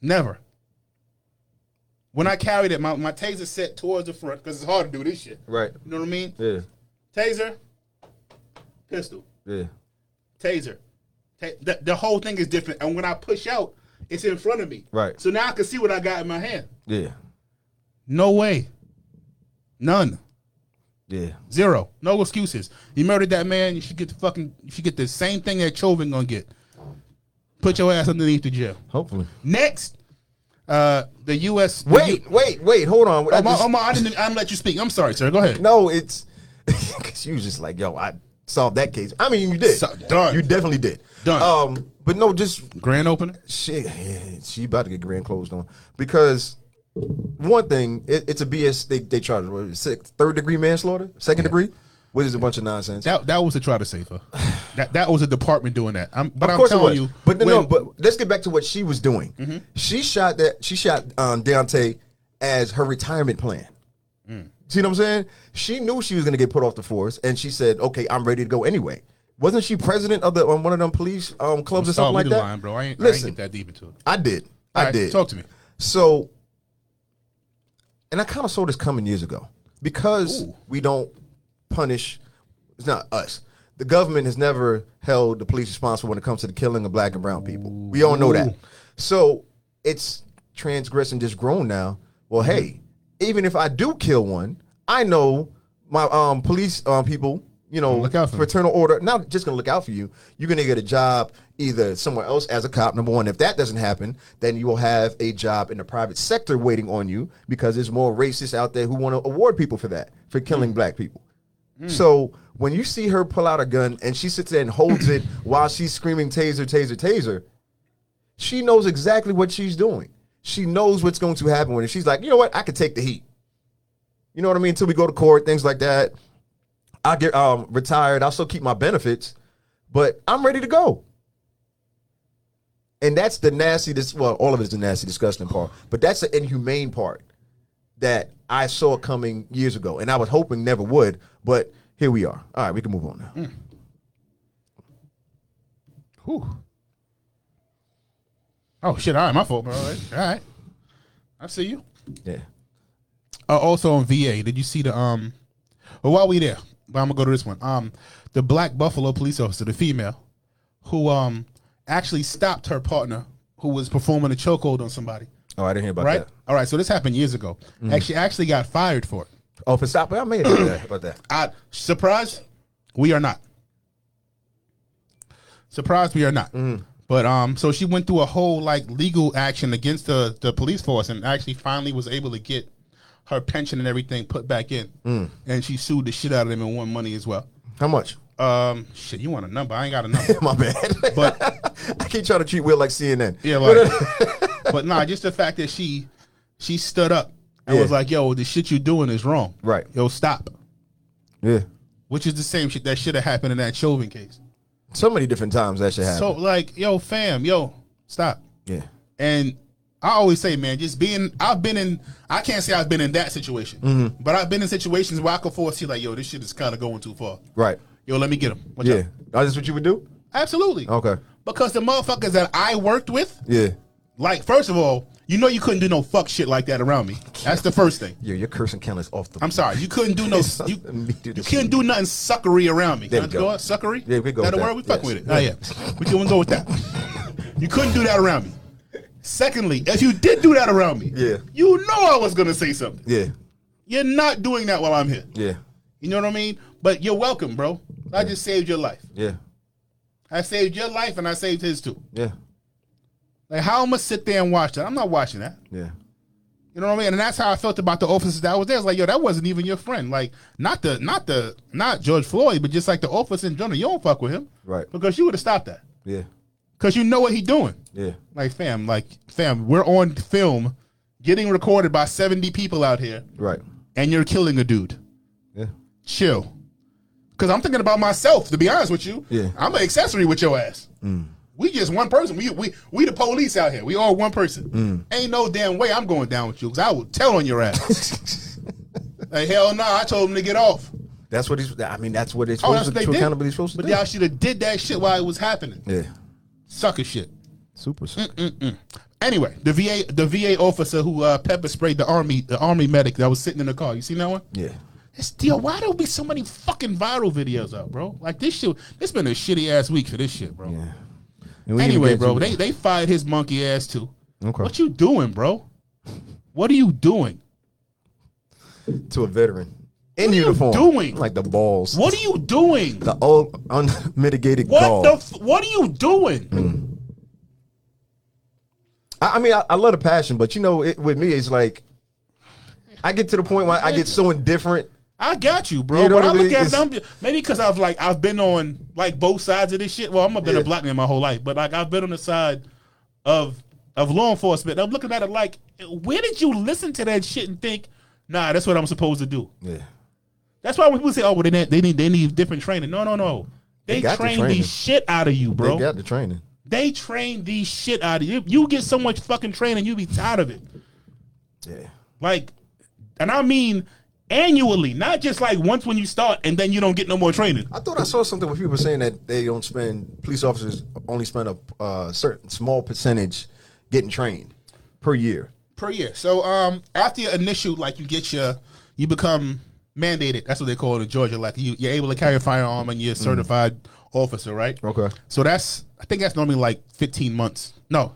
S1: Never. When I carried it, my, my taser set towards the front because it's hard to do this shit.
S2: Right.
S1: You know what I mean?
S2: Yeah.
S1: Taser, pistol,
S2: Yeah.
S1: taser. Ta- the, the whole thing is different. And when I push out, it's in front of me.
S2: Right.
S1: So now I can see what I got in my hand.
S2: Yeah.
S1: No way. None.
S2: Yeah.
S1: Zero. No excuses. You murdered that man. You should get the fucking. You should get the same thing that Chauvin gonna get. Put your ass underneath the jail.
S2: Hopefully.
S1: Next, uh, the U.S. the U-
S2: Wait, wait, wait. Hold on. I
S1: Omar,
S2: just-
S1: Omar, I didn't. I didn't let you speak. I'm sorry, sir. Go ahead.
S2: No, it's because you was just like, yo, I solved that case. I mean, you did.
S1: So- done.
S2: You definitely did.
S1: Done.
S2: Um, but no, just
S1: Grand opener.
S2: shit. She about to get grand closed on because one thing, it, it's a BS. They they charged what, is it, third degree manslaughter, second degree, which is a bunch of nonsense.
S1: That that was to try to save her. That that was a department doing that. I'm, but
S2: of
S1: I'm
S2: course it
S1: telling
S2: was.
S1: you.
S2: but no,
S1: when- Mm-hmm.
S2: no, but let's get back to what she was doing. She shot that. She shot um, Deontay as her retirement plan.
S1: Mm.
S2: See what I'm saying? She knew she was going to get put off the force, and she said, "Okay, I'm ready to go anyway." Wasn't she president of the um, one of them police um, clubs or
S1: oh,
S2: something
S1: we
S2: like
S1: do
S2: that?
S1: lying, bro. I ain't,
S2: Listen,
S1: I ain't get that deep into it.
S2: I did.
S1: All
S2: I
S1: right,
S2: did.
S1: Talk to me.
S2: So, and I kind of saw this coming years ago because
S1: Ooh.
S2: we don't punish. It's not us. The government has never held the police responsible when it comes to the killing of black and brown people. We all know that. So it's transgression just grown now. Well,
S1: Mm-hmm.
S2: hey, even if I do kill one, I know my um police um people. You know,
S1: Look out for them.
S2: fraternal order. Not just gonna look out for you. You're gonna get a job either somewhere else as a cop. Number one, if that doesn't happen, then you will have a job in the private sector waiting on you because there's more racists out there who want to award people for that for killing black people. So when you see her pull out a gun and she sits there and holds it while she's screaming taser, taser, taser, she knows exactly what she's doing. She knows what's going to happen when she's like, you know what, I could take the heat. You know what I mean? Until we go to court, things like that. I get um, retired. I'll still keep my benefits, but I'm ready to go. And that's the nasty. This well, all of it's the nasty, disgusting part. But that's the inhumane part that I saw coming Mm. years ago, and I was hoping never would. But here we are. All right, we can move on now.
S1: Whew. Oh shit! All right, my fault, bro. All right, all right. I see you.
S2: Yeah.
S1: Uh, also on VA, did you see the um? Well, while we there, but I'm gonna go to this one. Um, the black Buffalo police officer, the female, who um actually stopped her partner who was performing a chokehold on somebody.
S2: Oh, I didn't hear about
S1: Right.
S2: that.
S1: All right. So this happened years ago, and she actually got fired for it.
S2: Oh, for stop. I made it about that. About that.
S1: I surprised we are not. Surprised we are not.
S2: Mm-hmm.
S1: But um, so she went through a whole like legal action against the the police force, and actually finally was able to get her pension and everything put back in.
S2: Mm.
S1: And she sued the shit out of them and won money as well.
S2: How much?
S1: Um, shit, you want a number? I ain't got a number.
S2: My bad.
S1: But-
S2: I keep trying to treat Will like CNN.
S1: Yeah, like, but nah, just the fact that she she stood up and
S2: Yeah.
S1: was like, "Yo, the shit you doing is wrong.
S2: Right.
S1: Yo, stop."
S2: Yeah.
S1: Which is the same shit that should have happened in that Chauvin case.
S2: So many different times that should happen.
S1: So like, yo, fam, yo, stop.
S2: yeah.
S1: And I always say, man, just being I've been in I can't say I've been in that situation.
S2: Mm-hmm.
S1: But I've been in situations where I could foresee like, yo, this shit is kinda going too far.
S2: Right.
S1: Yo, let me get him.
S2: Yeah. Oh, that's what you would do?
S1: Absolutely.
S2: Okay.
S1: Because the motherfuckers that I worked with,
S2: Yeah.
S1: like, first of all, you know you couldn't do no fuck shit like that around me. That's the first thing.
S2: Yeah, your cursing count is off the.
S1: I'm sorry. You couldn't do no. You,
S2: Immediately.
S1: you couldn't do nothing suckery around me.
S2: There we
S1: Understand?
S2: go.
S1: Suckery.
S2: Yeah, we go
S1: That a
S2: with
S1: word?
S2: that.
S1: We fuck
S2: Yes.
S1: with it. Oh yeah, we can go with that. You couldn't do that around me. Secondly, if you did do that around me,
S2: Yeah.
S1: you know I was gonna say something.
S2: Yeah.
S1: You're not doing that while I'm here.
S2: Yeah.
S1: You know what I mean? But you're welcome, bro. I just saved your life.
S2: Yeah.
S1: I saved your life, and I saved his too.
S2: Yeah.
S1: Like how I'm gonna sit there and watch that? I'm not watching that.
S2: Yeah.
S1: You know what I mean? And that's how I felt about the officers that was there. It's like, yo, that wasn't even your friend. Like, not the, not the, not George Floyd, but just like the officer in general. You don't fuck with him,
S2: Right.
S1: Because you would have stopped that,
S2: Yeah.
S1: because you know what he doing.
S2: Yeah.
S1: Like, fam, like, fam, we're on film, getting recorded by seventy people out here,
S2: Right.
S1: and you're killing a dude.
S2: Yeah.
S1: Chill, because I'm thinking about myself. To be honest with you,
S2: Yeah.
S1: I'm an accessory with your ass. We just one person. We we we the police out here. We all one person. Ain't no damn way I'm going down with you, because I will tell on your ass. Like hell no, I told him to get off.
S2: that's what he's. I mean, that's what it's
S1: Oh, that's what
S2: supposed to.
S1: they
S2: True
S1: did.
S2: accountability is supposed to
S1: But
S2: do.
S1: y'all should have did that shit while it was happening.
S2: Yeah.
S1: Sucker shit.
S2: Super.
S1: Anyway, the VA the VA officer who uh, pepper sprayed the army the army medic that was sitting in the car. You seen that one?
S2: Yeah.
S1: It's deal. Why there be so many fucking viral videos out, bro? Like this shit. It's been a shitty ass week for this shit, bro.
S2: Yeah. And we
S1: Anyway,
S2: even get
S1: bro,
S2: to-
S1: they they fired his monkey ass too.
S2: Okay.
S1: What you doing, bro? What are you doing?
S2: to a veteran in
S1: What are you
S2: uniform,
S1: doing?
S2: like the balls,
S1: What are you doing?
S2: the old unmitigated
S1: What
S2: gall.
S1: the? F- what are you doing?
S2: I, I mean, I, I love the passion, but you know, it, with me, it's like I get to the point where I get so indifferent.
S1: I got you, bro.
S2: You
S1: but
S2: know what
S1: I
S2: I
S1: look
S2: mean?
S1: at it,
S2: It's-
S1: I'm ju- maybe because I've like I've been on like both sides of this shit. Well, I'm have been
S2: Yeah.
S1: a black man my whole life, but like I've been on the side of of law enforcement. I'm looking at it like, where did you listen to that shit and think, nah, that's what I'm supposed to do?
S2: Yeah,
S1: That's why when people say, oh, well, they need they need, they need different training. No, no, no. They,
S2: They got the
S1: train
S2: training.
S1: the shit out of you, bro.
S2: they got the training.
S1: They train the shit out of you. You get so much fucking training, you be tired of it.
S2: Yeah,
S1: Like, and I mean annually, not just like once when you start and then you don't get no more training.
S2: I thought I saw something with people saying that they don't spend police officers only spend a uh, certain small percentage getting trained per year.
S1: per year. So um, after your initial, like you get your, you become mandated. That's what they call it in Georgia. Like you, you're able to carry a firearm and you're a certified officer, right?
S2: Mm. Okay.
S1: So that's I think that's normally like 15 months. No,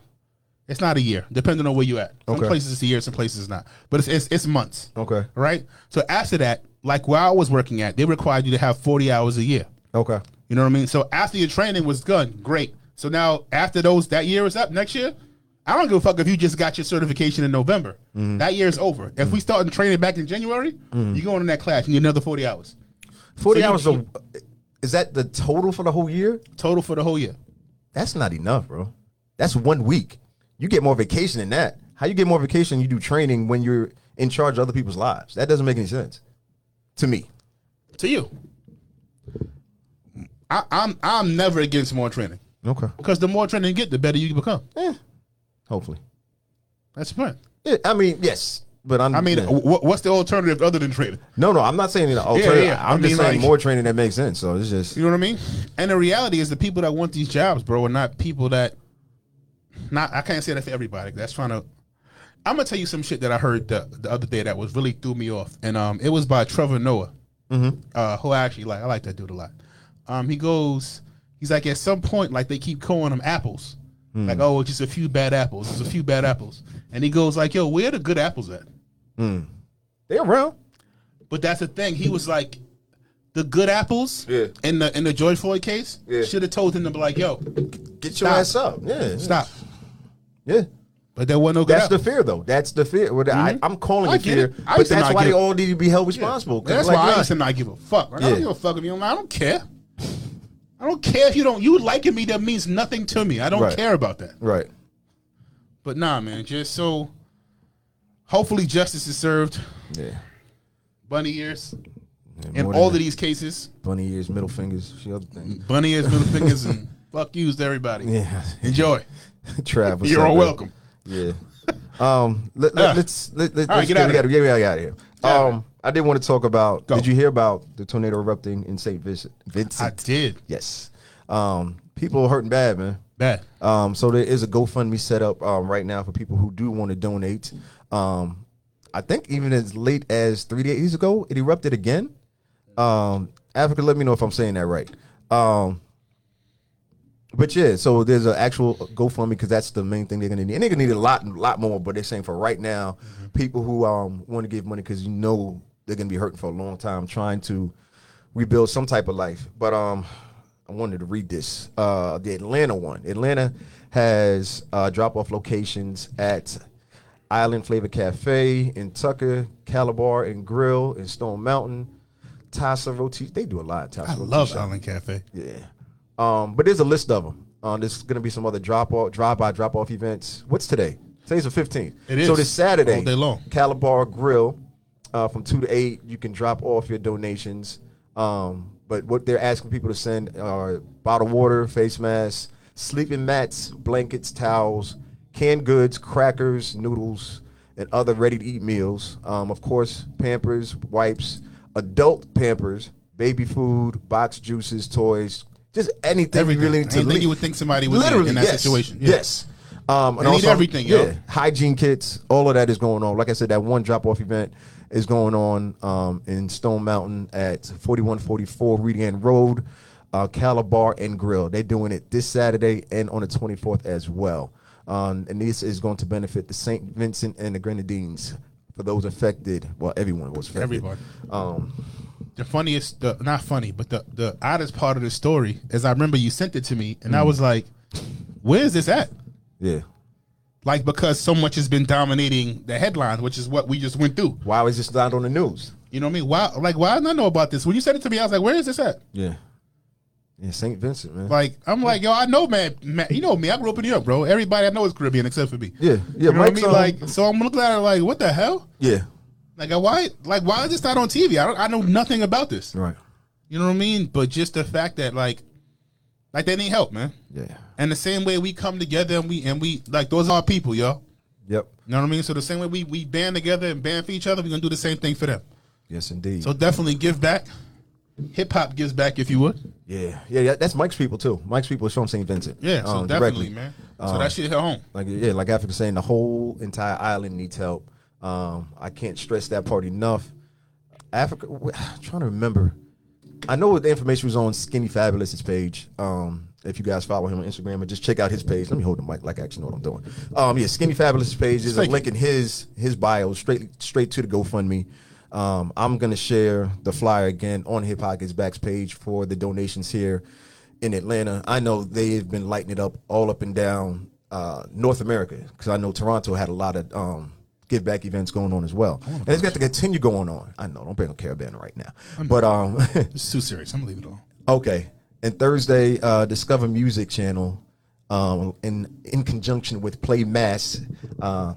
S1: it's not a year, depending on where you at. Some
S2: Okay.
S1: places it's a year, some places it's not. But it's it's, it's months.
S2: Okay.
S1: Right. So after that, like where I was working at, they required you to have 40 hours a year.
S2: Okay.
S1: You know what I mean? So after your training was done, great. So now after those that year is up next year, I don't give a fuck if you just got your certification in November. That year is over. If we start in training back in January, you go in that class and you need another forty hours
S2: Forty
S1: So you-
S2: hours. a, is that the total for the whole year?
S1: total for the whole year.
S2: That's not enough, bro. That's one week. You get more vacation than that. How you get more vacation? You do training when you're in charge of other people's lives. That doesn't make any sense to me.
S1: To you, I, I'm I'm never against more training
S2: Okay.
S1: because the more training you get, the better you become.
S2: Eh, Hopefully.
S1: That's the point.
S2: Yeah, I mean, yes. But I'm,
S1: I mean,
S2: yeah.
S1: wh- what's the alternative other than trading?
S2: no, no, I'm not saying an alternative.
S1: yeah.
S2: I'm
S1: I
S2: just
S1: mean, like-
S2: saying more training that makes sense. So it's just
S1: You know what I mean? And the reality is, the people that want these jobs, bro, are not people that. Not I can't say that for everybody. That's trying to. I'm gonna tell you some shit that I heard the, the other day that was really threw me off, and um, it was by Trevor Noah, uh, who I actually like. I like that dude a lot. Um, he goes, he's like at some point, like they keep calling them apples, like oh, it's just a few bad apples, it's a few bad apples, and he goes like, yo, where the good apples at?
S2: they around.
S1: But that's the thing. He was like, the good apples
S2: Yeah.
S1: in the in the George Floyd case
S2: Yeah.
S1: should have told him to be like, yo,
S2: Get your
S1: Stop.
S2: ass up. Yeah,
S1: stop.
S2: Yeah.
S1: But there wasn't no good
S2: That's the
S1: apples.
S2: fear, though. That's the fear. Well, I, I'm calling
S1: Mm-hmm. I get
S2: it fear,
S1: it. I
S2: but
S1: used to
S2: that's
S1: not
S2: why
S1: get
S2: they
S1: it.
S2: all need to be held responsible. 'Cause
S1: That's
S2: like,
S1: why I
S2: nah,
S1: used to not give a fuck. Like, I
S2: Yeah.
S1: don't give a fuck if you don't. I don't care. I don't care if you don't. You liking me that means nothing to me. I don't
S2: Right.
S1: care about that.
S2: right.
S1: But nah, man. Just so. Hopefully, justice is served.
S2: Yeah.
S1: Bunny ears
S2: And
S1: in
S2: more
S1: all of
S2: than
S1: these cases.
S2: that, bunny ears, middle fingers, the other thing.
S1: Bunny ears, middle fingers, and fuck yous to everybody.
S2: Yeah.
S1: Enjoy.
S2: Trav, what's
S1: Mm-hmm. You're
S2: up,
S1: all
S2: bro?
S1: welcome.
S2: Yeah. Um. Let, let,
S1: Uh.
S2: let's let, let,
S1: All right,
S2: let's
S1: get
S2: get,
S1: outta
S2: we gotta- yeah, we out here.
S1: Yeah, man.
S2: Um. I did want to talk about.
S1: Go.
S2: Did you hear about the tornado erupting in Saint Vincent?
S1: I
S2: Vincent.
S1: did.
S2: yes. Um. People are hurting bad, man.
S1: Bad.
S2: Um, so there is a GoFundMe set up um, right now for people who do want to donate. Um, I think even as late as three days ago, it erupted again. Um, Africa, let me know if I'm saying that right. Um, but yeah, so there's an actual GoFundMe because that's the main thing they're gonna need, and they're gonna need a lot, lot more. But they're saying for right now,
S1: Mm-hmm.
S2: people who um want to give money because you know they're gonna be hurting for a long time, trying to rebuild some type of life. But um, I wanted to read this. Uh, the Atlanta one. Atlanta has uh, drop-off locations at Island Flavor Cafe in Tucker, Calabar and Grill in Stone Mountain, Tasa Roti. They do a lot. Tasa
S1: I love Island Cafe.
S2: yeah. Um, but there's a list of them. Uh, there's going to be some other drop off, drive by, drop off events. What's today? Today's the 15th.
S1: It
S2: So
S1: is.
S2: this Saturday,
S1: All day long.
S2: Calabar Grill, uh, from two to eight, you can drop off your donations. Um, but what they're asking people to send are bottled water, face masks, sleeping mats, blankets, towels, canned goods, crackers, noodles, and other ready-to-eat meals. Um, of course, Pampers, wipes, adult Pampers, baby food, box juices, toys, just anything
S1: Everything.
S2: you really need to
S1: Anything
S2: leave.
S1: you would think somebody would need
S2: literally
S1: in that
S2: yes.
S1: situation. Yeah.
S2: Yes. Um, and
S1: They need
S2: also,
S1: everything,
S2: yeah,
S1: yo.
S2: hygiene kits, all of that is going on. Like I said, that one drop off event is going on um, in Stone Mountain at 4144 Reedy Ann Road, uh, Calabar and Grill. They're doing it this Saturday and on the 24th as well. Um, and this is going to benefit the St. Vincent and the Grenadines for those affected. Well, everyone was affected.
S1: Everybody.
S2: Um,
S1: The funniest, the, not funny, but the, the oddest part of the story is I remember you sent it to me, and
S2: Mm.
S1: I was like, "Where is this at?"
S2: yeah.
S1: Like because so much has been dominating the headlines, which is what we just went through.
S2: Why is this not on the news?
S1: You know what I mean? Why? Like why didn't I know about this? When you said it to me, I was like, "Where is this at?"
S2: Yeah. Yeah, St. Vincent, man.
S1: Like I'm like, "Yo, I know, man. man you know me. I grew up in New York, bro. Everybody I know is Caribbean except for me."
S2: Yeah, yeah,
S1: You know what I
S2: Mike's,
S1: mean?
S2: um,
S1: like so, I'm looking at it like, "What the hell?"
S2: yeah.
S1: Like uh, why? Like why is this not on TV? I don't. I know nothing about this.
S2: Right.
S1: You know what I mean? But just the fact that like, like they need help, man.
S2: Yeah.
S1: And the same way we come together and we and we like those are our people, yo.
S2: Yep.
S1: You know what I mean? So the same way we we band together and band for each other, we're gonna do the same thing for them.
S2: Yes, indeed.
S1: So definitely give back. Hip hop gives back if you would.
S2: yeah, yeah, yeah. That's Mike's people too. Mike's people is from St. Vincent.
S1: Yeah, so
S2: um,
S1: definitely,
S2: directly.
S1: man. So
S2: Um,
S1: that shit hit home.
S2: like yeah, like Africa saying, the whole entire island needs help. Um, I can't stress that part enough. Africa, I'm trying to remember. I know the information was on Skinny Fabulous's page. Um, if you guys follow him on Instagram or just check out his page. Let me hold the mic like I actually know what I'm doing. Um, yeah, Skinny Fabulous's page is a
S1: Thank you.
S2: link in his his bio straight straight to the GoFundMe. Um, I'm gonna share the flyer again on Hip Hop Gets Back's page for the donations here in Atlanta. I know they've been lighting it up all up and down uh, North America because I know Toronto had a lot of um, give back events going on as
S1: Oh
S2: well, and it's got to continue going on. I know don't bring a caravan right now, but um,
S1: It's too serious. I'm gonna leave it alone.
S2: Okay. And Thursday, uh, Discover Music Channel, um, in in conjunction with Play Mass, uh,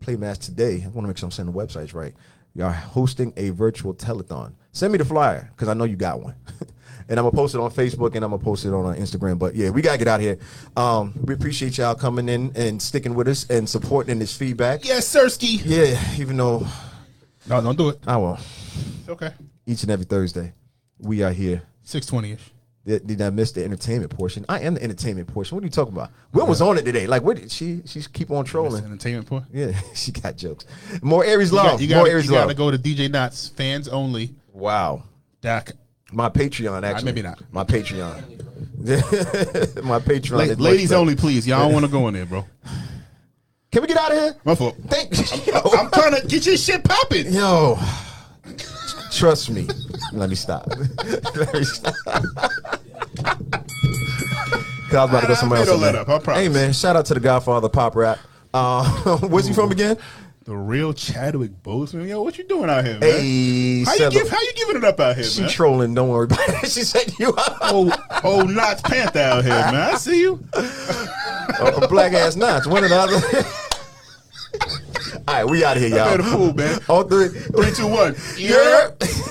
S2: Playmass today. I want to make sure I'm saying the websites right. Y'all hosting a virtual telethon. Send me the flyer because I know you got one. and I'm gonna post it on Facebook and I'm gonna post it on uh, Instagram. But yeah, we gotta get out of here. Um, we appreciate y'all coming in and sticking with us and supporting this feedback.
S1: Yes, Sirski.
S2: Yeah, even though
S1: No, don't do it.
S2: I will
S1: It's okay.
S2: each and every Thursday we are here.
S1: Six twenty ish.
S2: Did, did I miss the entertainment portion? I am the entertainment portion. What are you talking about? Will was on it today. Like, what? She she's keep on trolling.
S1: Entertainment point.
S2: Yeah, she got jokes. More Aries
S1: You,
S2: love.
S1: got, you,
S2: More
S1: gotta,
S2: Aries
S1: you gotta
S2: love.
S1: go to DJ Knots fans only.
S2: Wow.
S1: Doc.
S2: My Patreon actually.
S1: maybe not.
S2: My Patreon. My Patreon.
S1: La-
S2: is much
S1: ladies
S2: better.
S1: only, please. Y'all don't want to go in there, bro.
S2: Can we get out of here?
S1: My fault.
S2: Thank you.
S1: I'm trying to get your shit popping.
S2: Yo, trust me. Let me stop. Let me stop. 'Cause I was about to go
S1: I- I
S2: somewhere
S1: made
S2: else.
S1: a
S2: on that.
S1: let up, I promise.
S2: hey man, shout out to the Godfather Pop Rap. Uh, where's he from again?
S1: The real Chadwick Boseman. Yo, what you doing out here, man?
S2: Hey,
S1: how you
S2: cele-
S1: give? How you giving it up out here,
S2: she
S1: man?
S2: trolling. Don't worry about it. She said you out.
S1: oh, oh, Knox Panther out here, man. I see you.
S2: a black ass notch. One or the other. All right, we out of here,
S1: Play the
S2: y'all.
S1: fool, man.
S2: All three.
S1: Three, two, one.
S2: Europe.